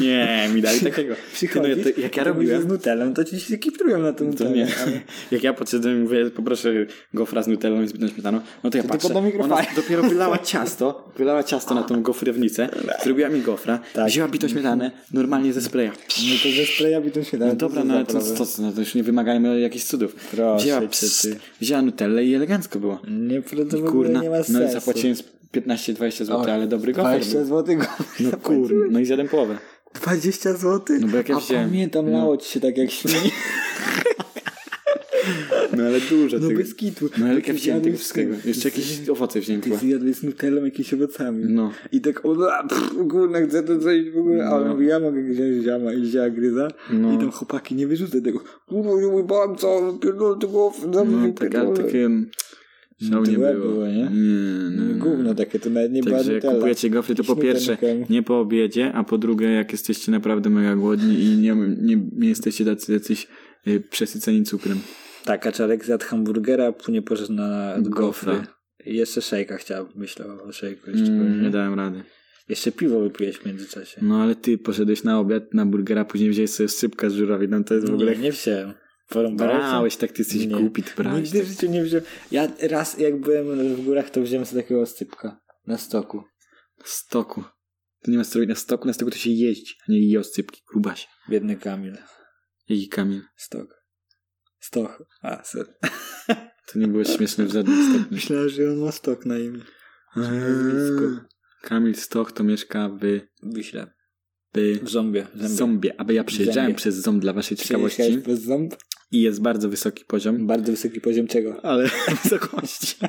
Nie, nie, mi dali takiego. Przychodzi, Ty, no, to, jak ja to mówisz robiłem, z Nutellą, to ci się kiprują na tą To Nutellę. nie. ale- Jak ja podszedłem i mówię, poproszę gofra z nutellą i z bitą śmietaną, no to ja To patrzę, tylko do mikrofonu. ona dopiero wylała ciasto, wylała ciasto na tą gofrownicę, zrobiła mi gofra, Tak. wzięła bitą śmietanę, normalnie ze spraya. No to ze spraya bitą śmietanę. No dobra, co no za ale to, problem? to, to, no to już nie wymagajmy jakichś cudów. Proszę wzięła, cię, pst, ty. wzięła nutellę i elegancko było. Nie, to w ogóle Kurna, nie ma sensu. no i zapłaciłem z 15-20 zł, ale dobry gofer 20 był. zł No kurna, no i zjadłem połowę. 20 zł? No bo jak ja A wziąłem- pamiętam, no. lało ci się tak jak śmieje. No ale dużo No tego. bez kitu. No ale Ty jak ja wziąłem zjadłeś tego wszystkiego. z tym- Jeszcze jakieś owoce wziąłem Ty chyba. zjadłeś z nutellą jakimiś owocami. No. I tak, o, a, pff, kurna, chcę to zrobić w ogóle, ale No. mówi, ja mogę wziąć ziama i wzięła gryza. No. I tam chłopaki, nie wyrzucę tego. Kurwa, nie mój pan, co, pierdolę tego, No tak, ale takie... Szał nie Mdłe było. było, nie? nie, nie. No, Gówno takie, to nawet nie była no. Także jak nutella. kupujecie gofry, to po Śmietanka. pierwsze nie po obiedzie, a po drugie jak jesteście naprawdę mega głodni i nie, nie, nie jesteście tacy jacyś y, przesyceni cukrem. Tak, a Czarek zjadł hamburgera, później poszedł na Gofra. gofry. I jeszcze szejka chciał, myślał o szejku jeszcze Mm, nie pewnie. dałem rady. Jeszcze piwo wypiłeś w międzyczasie. No ale ty poszedłeś na obiad, na burgera, później wziąłeś sobie sypka z żurawiną, to jest w ogóle... Nie, nie wziąłem. Porąbałeś się? Brałeś tak, ty jesteś Nie. głupi, ty brałeś. Nigdy w życiu nie wziąłem. Ja raz jak byłem w górach, to wziąłem sobie takiego oscypka na stoku. Na stoku. To nie ma stroi na stoku, na stoku to się jeździ, a nie i oscypki, grubaś. Biedny Kamil. I Kamil. Stok. Stoch. A, sorry. To nie było śmieszne w żadnym stopniu. Myślałem, że on ma stok na imię. Eee. Kamil Stoch to mieszka w Wiśle. by... W zombie. Zombie, aby ja przejeżdżałem Zombie. przez ząb dla waszej ciekawości Przez ząb? i jest bardzo wysoki poziom, Bardzo wysoki poziom czego? ale wysokości.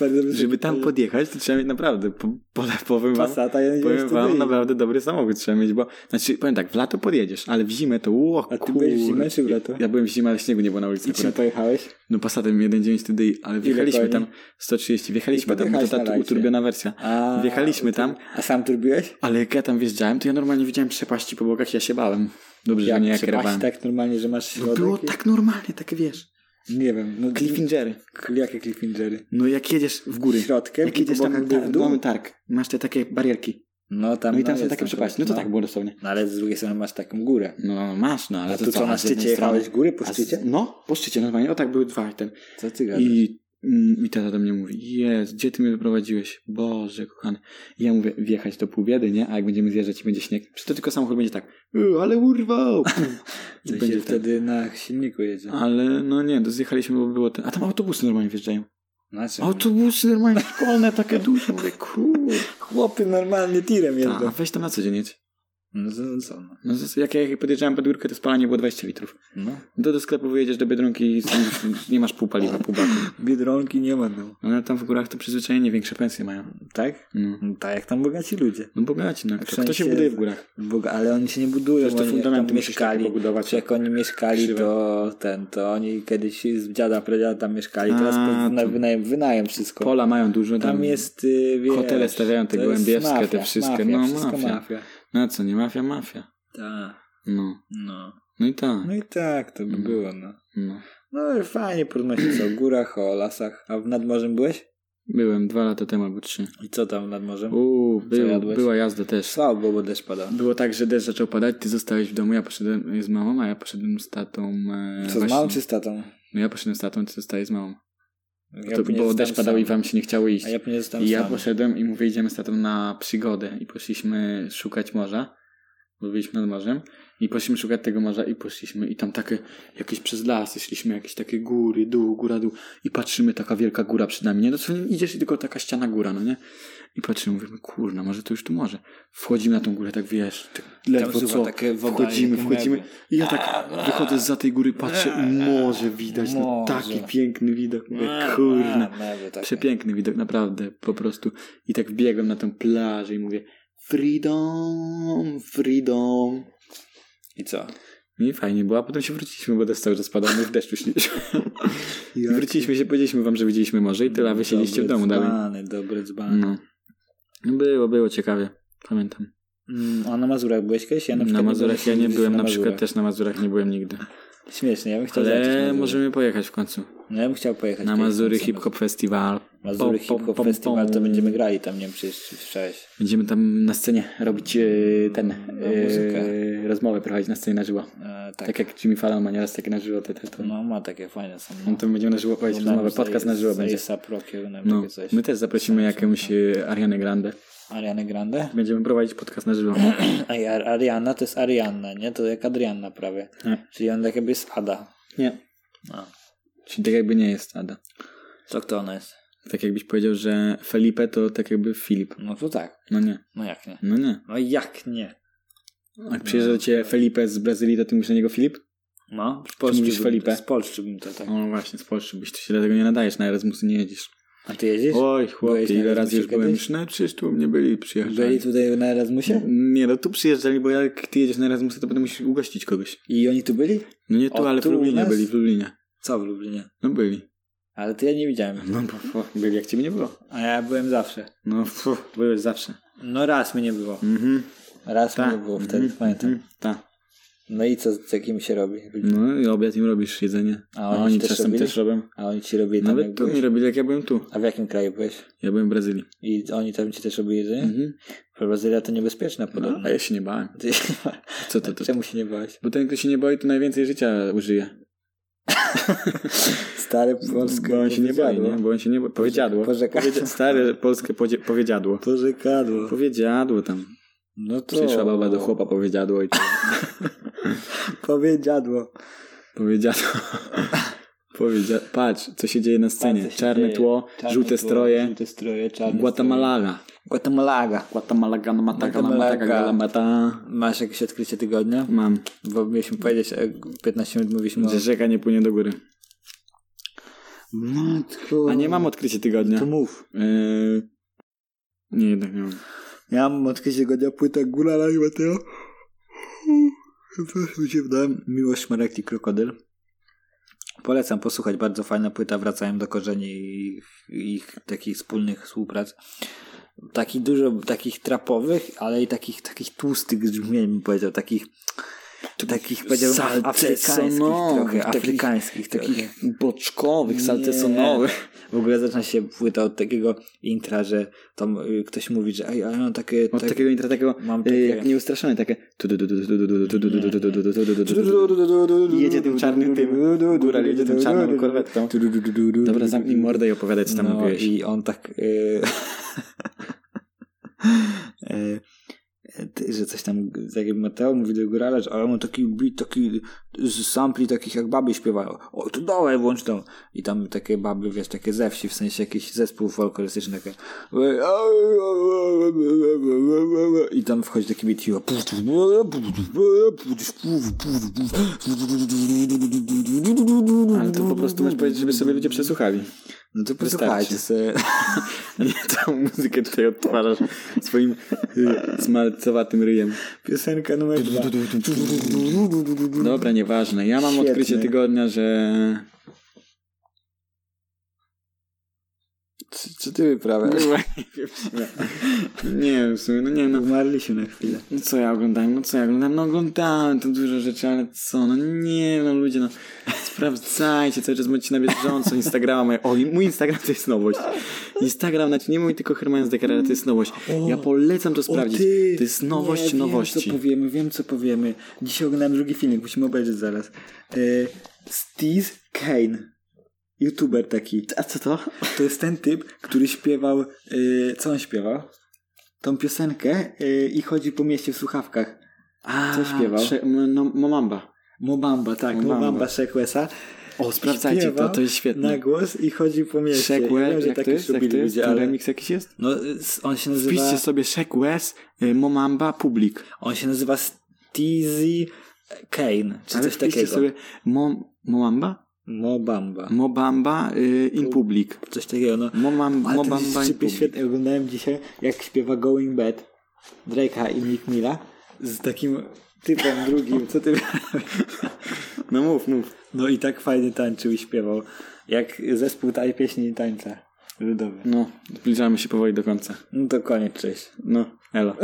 Bardzo wysoki Żeby tam poziom. podjechać, to trzeba mieć naprawdę, po, po, powiem wam, Passata, ja nie wiem, powiem co ty wam, byli. naprawdę dobry samochód trzeba mieć, bo, znaczy powiem tak, w lato podjedziesz, ale w zimę to, ło, A ty byłeś w zimę czy w lato? Ja byłem w zimę, ale śniegu nie było na ulicy I czym akurat. pojechałeś? No Passatem 1.9 TDI, ale wjechaliśmy koni? tam 130, wjechaliśmy I tam, bo to podjechałeś ta na tu- lajcie. uturbiona wersja. A, Wjechaliśmy ty- tam, A sam turbiłeś? ale jak ja tam wjeżdżałem, to ja normalnie widziałem przepaści po bokach, ja się bałem. Dobrze, że nie ja przepaść kierowałem. tak normalnie, że masz No środek? było tak normalnie, takie wiesz. Nie wiem. No, Cliffingery. Kl- Jakie cliffhangery? No jak jedziesz w góry. Środkiem Jak i jedziesz po tam bokach ta, w dół, w dół? mamy targ. Masz te takie barierki. No tam, No i tam no, są jest takie przepaści. No to no. tak było dosłownie. No ale z drugiej strony masz taką górę. No masz, no ale A to tu co, a na z szczycie jednej strony- jechałeś góry po a z- szczycie? No, po szczycie normalnie. O tak, były dwa i ten. Co ty gadasz? I, mm, I tata do mnie mówi, jest, gdzie ty mnie wyprowadziłeś? Boże, kochany. I ja mówię, wjechać to pół biedy, nie? A jak będziemy zjeżdżać i będzie śnieg, przecież to tylko samochód będzie tak, "Y, ale urwał. I I będzie będzie ten. wtedy na silniku jedzie. Ale no nie, to zjechaliśmy, bo było ten... A tam autobusy normalnie wjeżdżają. Znaczy, Autobusy normalnie szkolne, takie duże. Mówię, kur... chłopy normalnie tirem Ta, a weź tam na co dzień jedź. No to- no co, no. Tak. No, z- jak ja podjeżdżałem pod górkę, to spalanie było 20 litrów. no. Do, do sklepu wyjedziesz do Biedronki i z- nie masz pół paliwa, pół baku. Biedronki nie ma, no. No, Ale tam w górach to przyzwyczajenie większe pensje mają. Tak? No, No, tak jak tam bogaci ludzie. no bogaci, no. Kto, kto się sensie- buduje w górach? Boga, ale oni się nie budują, Zresztą oni jak fundamenty tam musisz takie mieszkali. pobudować. Czy jak oni mieszkali, Krzywe. to ten, to oni kiedyś z dziada, pradziada tam mieszkali, teraz A, pod- na to- wynajem, wynajem wszystko. Pola mają dużo, tam, tam jest, y, wiesz, Mm. hotele stawiają te to jest gołębiewskie, te mafia, wszystkie, mafia, no, wszystko mafia. mafia. No co, nie mafia, mafia. Tak, No, no. no i tak. No i tak to by No. było, no. No. No ale fajnie porozmawiać o górach, o lasach. A nad morzem byłeś? Byłem dwa lata temu albo trzy. I co tam nad morzem? Uuu, był, jadłeś? była jazda też. Słabo, było, bo deszcz padał. Było tak, że deszcz zaczął padać, ty zostałeś w domu, ja poszedłem z mamą, a ja poszedłem z tatą. E, Co właśnie- z małą czy z tatą? No ja poszedłem z tatą, ty zostałeś z mamą. Ja to, później bo zostałem deszcz padał sam. i wam się nie chciało iść. A ja później zostałem I ja sam. poszedłem i mówię, idziemy z tatą na przygodę. I poszliśmy szukać morza, bo byliśmy nad morzem. I poszliśmy szukać tego morza i poszliśmy. I tam takie, jakieś przez lasy szliśmy, jakieś takie góry, dół, góra, dół. I patrzymy, taka wielka góra przed nami. Nie, no co, idziesz i tylko taka ściana góra, no nie? I patrzymy, mówimy, kurna, może to już tu morze. Wchodzimy na tą górę, tak wiesz, tak ledwo słuchaj, co, takie woda wchodzimy, jak wchodzimy. meble. I ja tak wychodzę za tej góry, patrzę, morze widać, no Morze. taki piękny widok, mówię, A, No, kurna. a, tak, meble takie. Przepiękny widok, naprawdę, po prostu. I tak wbiegłem na tą plażę i mówię freedom, freedom. No I co? I fajnie było, a potem się wróciliśmy, bo deszcz cały czas padał, my w deszczu śliliśmy. I wróciliśmy się, powiedzieliśmy wam, że widzieliśmy morze i tyle, a wy siedzieliście w domu dobre dalej. dzbany, dobre dzbany. No. Było, było ciekawie, pamiętam. Mm, a na Mazurach byłeś kiedyś? Ja na, Na przykład Mazurach ja nie nigdy byłem, na Mazurach. przykład też na Mazurach nie byłem nigdy. Śmiesznie, ja bym chciał zobaczyć Ale Mazury. możemy pojechać w końcu. No ja bym chciał pojechać. Na kiedyś Mazury tam Hip Hop Festival. Pom, Mazury Hip pom, Hop pom, Festival to pom. będziemy grali tam, nie wiem, przecież słyszałeś. Będziemy tam na scenie robić e, ten, e, muzykę. rozmowę prowadzić na scenie na żywo. E, tak. Tak. jak Jimmy Fallon ma nieraz takie na żywo, te, te, to, no. No ma takie fajne są. no. to my będziemy na żywo prowadzić rozmowę, podcast na żywo będzie. Saprokiem, no. No, takie coś. my też zaprosimy jakąś e, Arianę Grande. Ariana Grande? Będziemy prowadzić podcast na żywo. A i Ar- Ariana to jest Arianna, nie? To jak Adrianna prawie. Nie. Czyli on tak jakby jest Ada. Nie. A. Czyli tak jakby nie jest Ada. Co kto ona jest? Tak jakbyś powiedział, że Felipe to tak jakby Filip. No to tak. No nie, No jak nie? no nie. No jak nie? Jak przyjeżdża do ciebie Felipe z Brazylii, to ty mówisz na niego Filip? No, z mówisz bym- Felipe? Z Polski bym to tak. O no właśnie, z Polski byś, ty się do tego nie nadajesz, na Erasmusy nie jedziesz. A ty jeździsz? Oj Byłeś chłopie, na ile razy już Erasmusie byłem. kiedyś? Już, no przecież tu u mnie byli Byli przyjeżdżali. tutaj na Erasmusie? Nie, no tu przyjeżdżali, bo jak ty jedziesz na Erasmusy, to potem musisz ugościć kogoś. I oni tu byli? No nie tu, O, ale tu w u Lublinie nas? byli, w Lublinie. Co w Lublinie? No byli. Ale to ja nie widziałem. No bo, bo byli, jak ciebie nie było. A ja byłem zawsze. No fu, byłeś zawsze. No raz mnie nie było. Mhm. Raz Tak. mnie nie było wtedy, Mhm, pamiętam. mhm, Tak. No i co, z jakim się robi? No i obiad im robisz, jedzenie. A A oni oni, też czasem robili? też robią. A oni ci robili tam jak Nawet tu byłeś? mi robili, jak ja byłem tu. A w jakim kraju byłeś? Ja byłem w Brazylii. I oni tam ci też robili jedzenie? Mhm. Brazylia to niebezpieczna No, podobno. a ja się nie bałem. Ty, Co to to? czemu się nie bałeś? Bo ten, kto się nie boi, to najwięcej życia użyje. Stary polskie Bo on się nie boi, nie? Bo on się nie boi. Powiedziadło. Porzekadło. Powiedzia- Stare polskie podzie- powiedziadło. Porzekadło. Powiedziadło tam. No to... Przyszła baba do chłopa, powiedziadło i Powiedziadło. Powiedziano. Powiedzia... Patrz, co się dzieje na scenie. Patrz, co się Czarne dzieje. tło, Czarne żółte tło, stroje. Żółte stroje, czarne Guatemala. Guatemala. Guatemalaga, mataga, mataga, Guatemalaga. galamata. Masz jakieś odkrycie tygodnia? Mam. Bo mieliśmy powiedzieć, e, 15 minut mówiliśmy o... Że rzeka nie płynie do góry. Matko. A nie mam odkrycia tygodnia. To mów. Yy... Nie, jednak nie mam. Ja mam odkrycie tygodnia płyta Gulala i Mateo. Przepraszam, się wdałem. Miłość, Szmarek i Krokodyl. Polecam posłuchać, bardzo fajna płyta, wracają do korzeni ich, ich takich wspólnych współprac. Taki dużo takich trapowych, ale i takich, takich tłustych brzmień, bym powiedział, takich, takich powiedziałbym salcesonowych, afrykańskich trochę, takich- afrykańskich trochę. boczkowych, Nie. W ogóle zaczyna się płyta od takiego intra, że tam y, ktoś mówi, że ej, a ja mam takie... Od tak- takiego intra, takiego Mam mam takie- jak nieustraszone, takie... Jedzie tym czarnym tym, góral jedzie tym czarnym korwetką. Dobra, zamknij mordę i opowiadaj, co tam no, mówiłeś. I on tak. y, y, ty- że coś tam, tak jak Mateo mówi do górala, że ale on taki beat, taki z sampli takich jak baby śpiewają. O, to dawaj, włącz tą. I tam takie baby, wiesz, takie ze wsi, w sensie jakiś zespół folklorystyczny, takie i tam wchodzi taki beat i Ale to po prostu masz powiedzieć, żeby sobie ludzie przesłuchali. No to posłuchajcie sobie. Nie tą muzykę tutaj odtwarzasz swoim y, smalcowatym ryjem. Piosenka numer dwa. Dobra, nieważne. Ja mam Świetny. odkrycie tygodnia, że... Czy, czy ty wyprawiasz? Nie wiem, w sumie, no nie wiem, no Umarliśmy na chwilę. No co ja oglądałem, no co ja oglądałem, no oglądałem to dużo rzeczy, ale co, no nie, no ludzie, no sprawdzajcie, cały czas bądźcie na bieżąco, Instagrama, moje, o i mój Instagram to jest nowość, Instagram, znaczy nie mój, tylko Herman z Dekara, to jest nowość, ja polecam to sprawdzić, to jest nowość nie, nowości, Wiem, co powiemy, wiem co powiemy. Dzisiaj oglądałem drugi filmik, musimy obejrzeć zaraz. Y, Steve Kane. YouTuber taki. a co to? To jest ten typ, który śpiewał. y, co on śpiewał? Tą piosenkę y, i chodzi po mieście w słuchawkach. A, Co śpiewał? Prze- m- no, Momamba, Mobamba, tak. Mo Bamba. Mobamba Mo Shekwesa. o sprawdzajcie to, Śpiewał to jest Na świetne, głos i chodzi po mieście. Shaq Ja wiem, West, że jak to takich jest, jak lubili to jest, ludzie, to ale- remix jakiś jest? No, y, s- on się nazywa... Wpiszcie sobie Shaq West, y, Momamba, Public. On się nazywa Steezy Kane, czy Ale coś wpiszcie takiego. sobie Mom- Momamba? Mobamba. Mobamba y, in public. Coś takiego, no. Mobam, Ale to Mobamba in jest public. świetnie. Oglądałem dzisiaj, jak śpiewa Going Bad Drake'a i Nick Milla z takim typem drugim, co ty... No mów, mów. No i tak fajnie tańczył i śpiewał. Jak zespół taj pieśni i tańca. Ludowy. No, zbliżamy się powoli do końca. No to koniec, cześć. No, elo.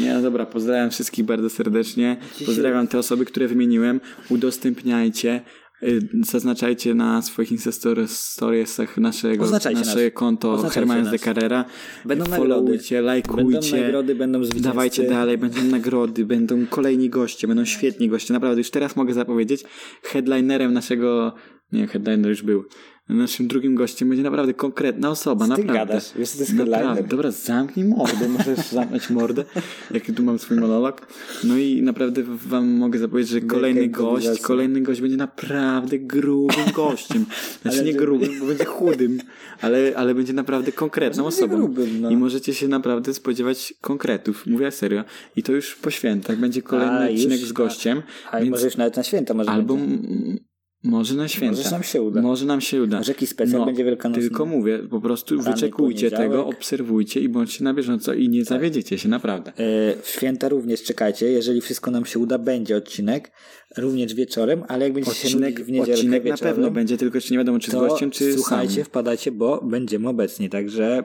Nie, no dobra, pozdrawiam wszystkich bardzo serdecznie. Pozdrawiam te osoby, które wymieniłem. Udostępniajcie, y, zaznaczajcie na swoich Instastoriesach naszego, Oznaczajcie nasze nas. konto Oznaczajcie Hermanes nas. de Carrera. Y, Będą Followujcie, Będą lajkujcie. nagrody, będą zwycięzcy. Dawajcie dalej, będą nagrody, będą kolejni goście, będą świetni goście. Naprawdę, już teraz mogę zapowiedzieć, headlinerem naszego, nie headliner już był, naszym drugim gościem będzie naprawdę konkretna osoba, Co ty No naprawdę. No gadasz? Wiesz, co to jest Naprawdę. headliner? tak, Dobra, zamknij mordę, możesz zamknąć mordę, jaki tu mam swój monolog. No i naprawdę wam mogę zapowiedzieć, że kolejny gość, improwizacja. kolejny gość będzie naprawdę grubym gościem. Znaczy Ale nie to- grubym, bo będzie chudym, ale, ale będzie naprawdę konkretną Może nie osobą. grubym, no. I możecie się naprawdę spodziewać konkretów, mówię serio. I to już po świętach będzie kolejny A, już, odcinek z tak. gościem, Ale więc może już nawet na święta może albo będzie. m- może na święta. Może nam się uda. Może nam się uda. No, Może jakiś specjal będzie wielkanocny. Tylko mówię, po prostu Rany Tak. wyczekujcie poniedziałek. tego, obserwujcie i bądźcie na bieżąco i nie zawiedziecie się, naprawdę. E, W święta również czekajcie, jeżeli wszystko nam się uda, będzie odcinek, również wieczorem, ale jak będziecie się nudzić Odcinek, w niedzielę odcinek na wieczorem, pewno będzie, tylko czy nie wiadomo, czy z to gościem, czy słuchajcie, sam. wpadajcie, bo będziemy obecni, także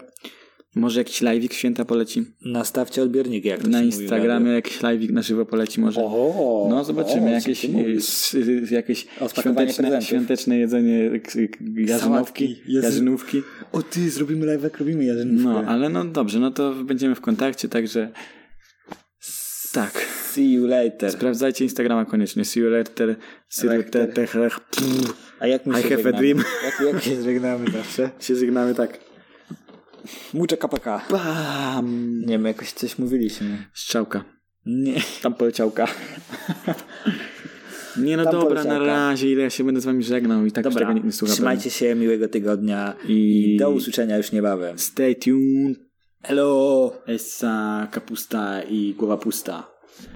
Może jakiś live'ik święta poleci. nastawcie odbiorniki, jak to Na się mówi w Instagramie jakiś live'ik na żywo poleci może. radiu. O, No zobaczymy, o, jakieś, co ty mówisz? s- y, jakieś Odpakowanie świąteczne, prezentów. świąteczne jedzenie k- k- jarzynówki. Sałatki, Jezu. jarzynówki. O ty, zrobimy live, jak robimy jarzynówkę. No, ale no dobrze, no to będziemy w kontakcie, także tak. See you later. Sprawdzajcie Instagrama koniecznie. See you later. See you Rector. later. tech, rech, pff. A jak my I się have a żegnamy? dream. Jak, jak się żegnamy zawsze? Się żegnamy tak. Mucze KPK. Bam! Nie wiem, jakoś coś mówiliśmy. Strzałka. Nie. Tam poleciałka. Nie no Tam dobra, na poleciałka. razie ile ja się będę z wami żegnał i tak już Dobra, tego nikt nie słucha. trzymajcie się, miłego tygodnia I- i do usłyszenia już niebawem. Stay tuned. Hello! Essa, kapusta i głowa pusta.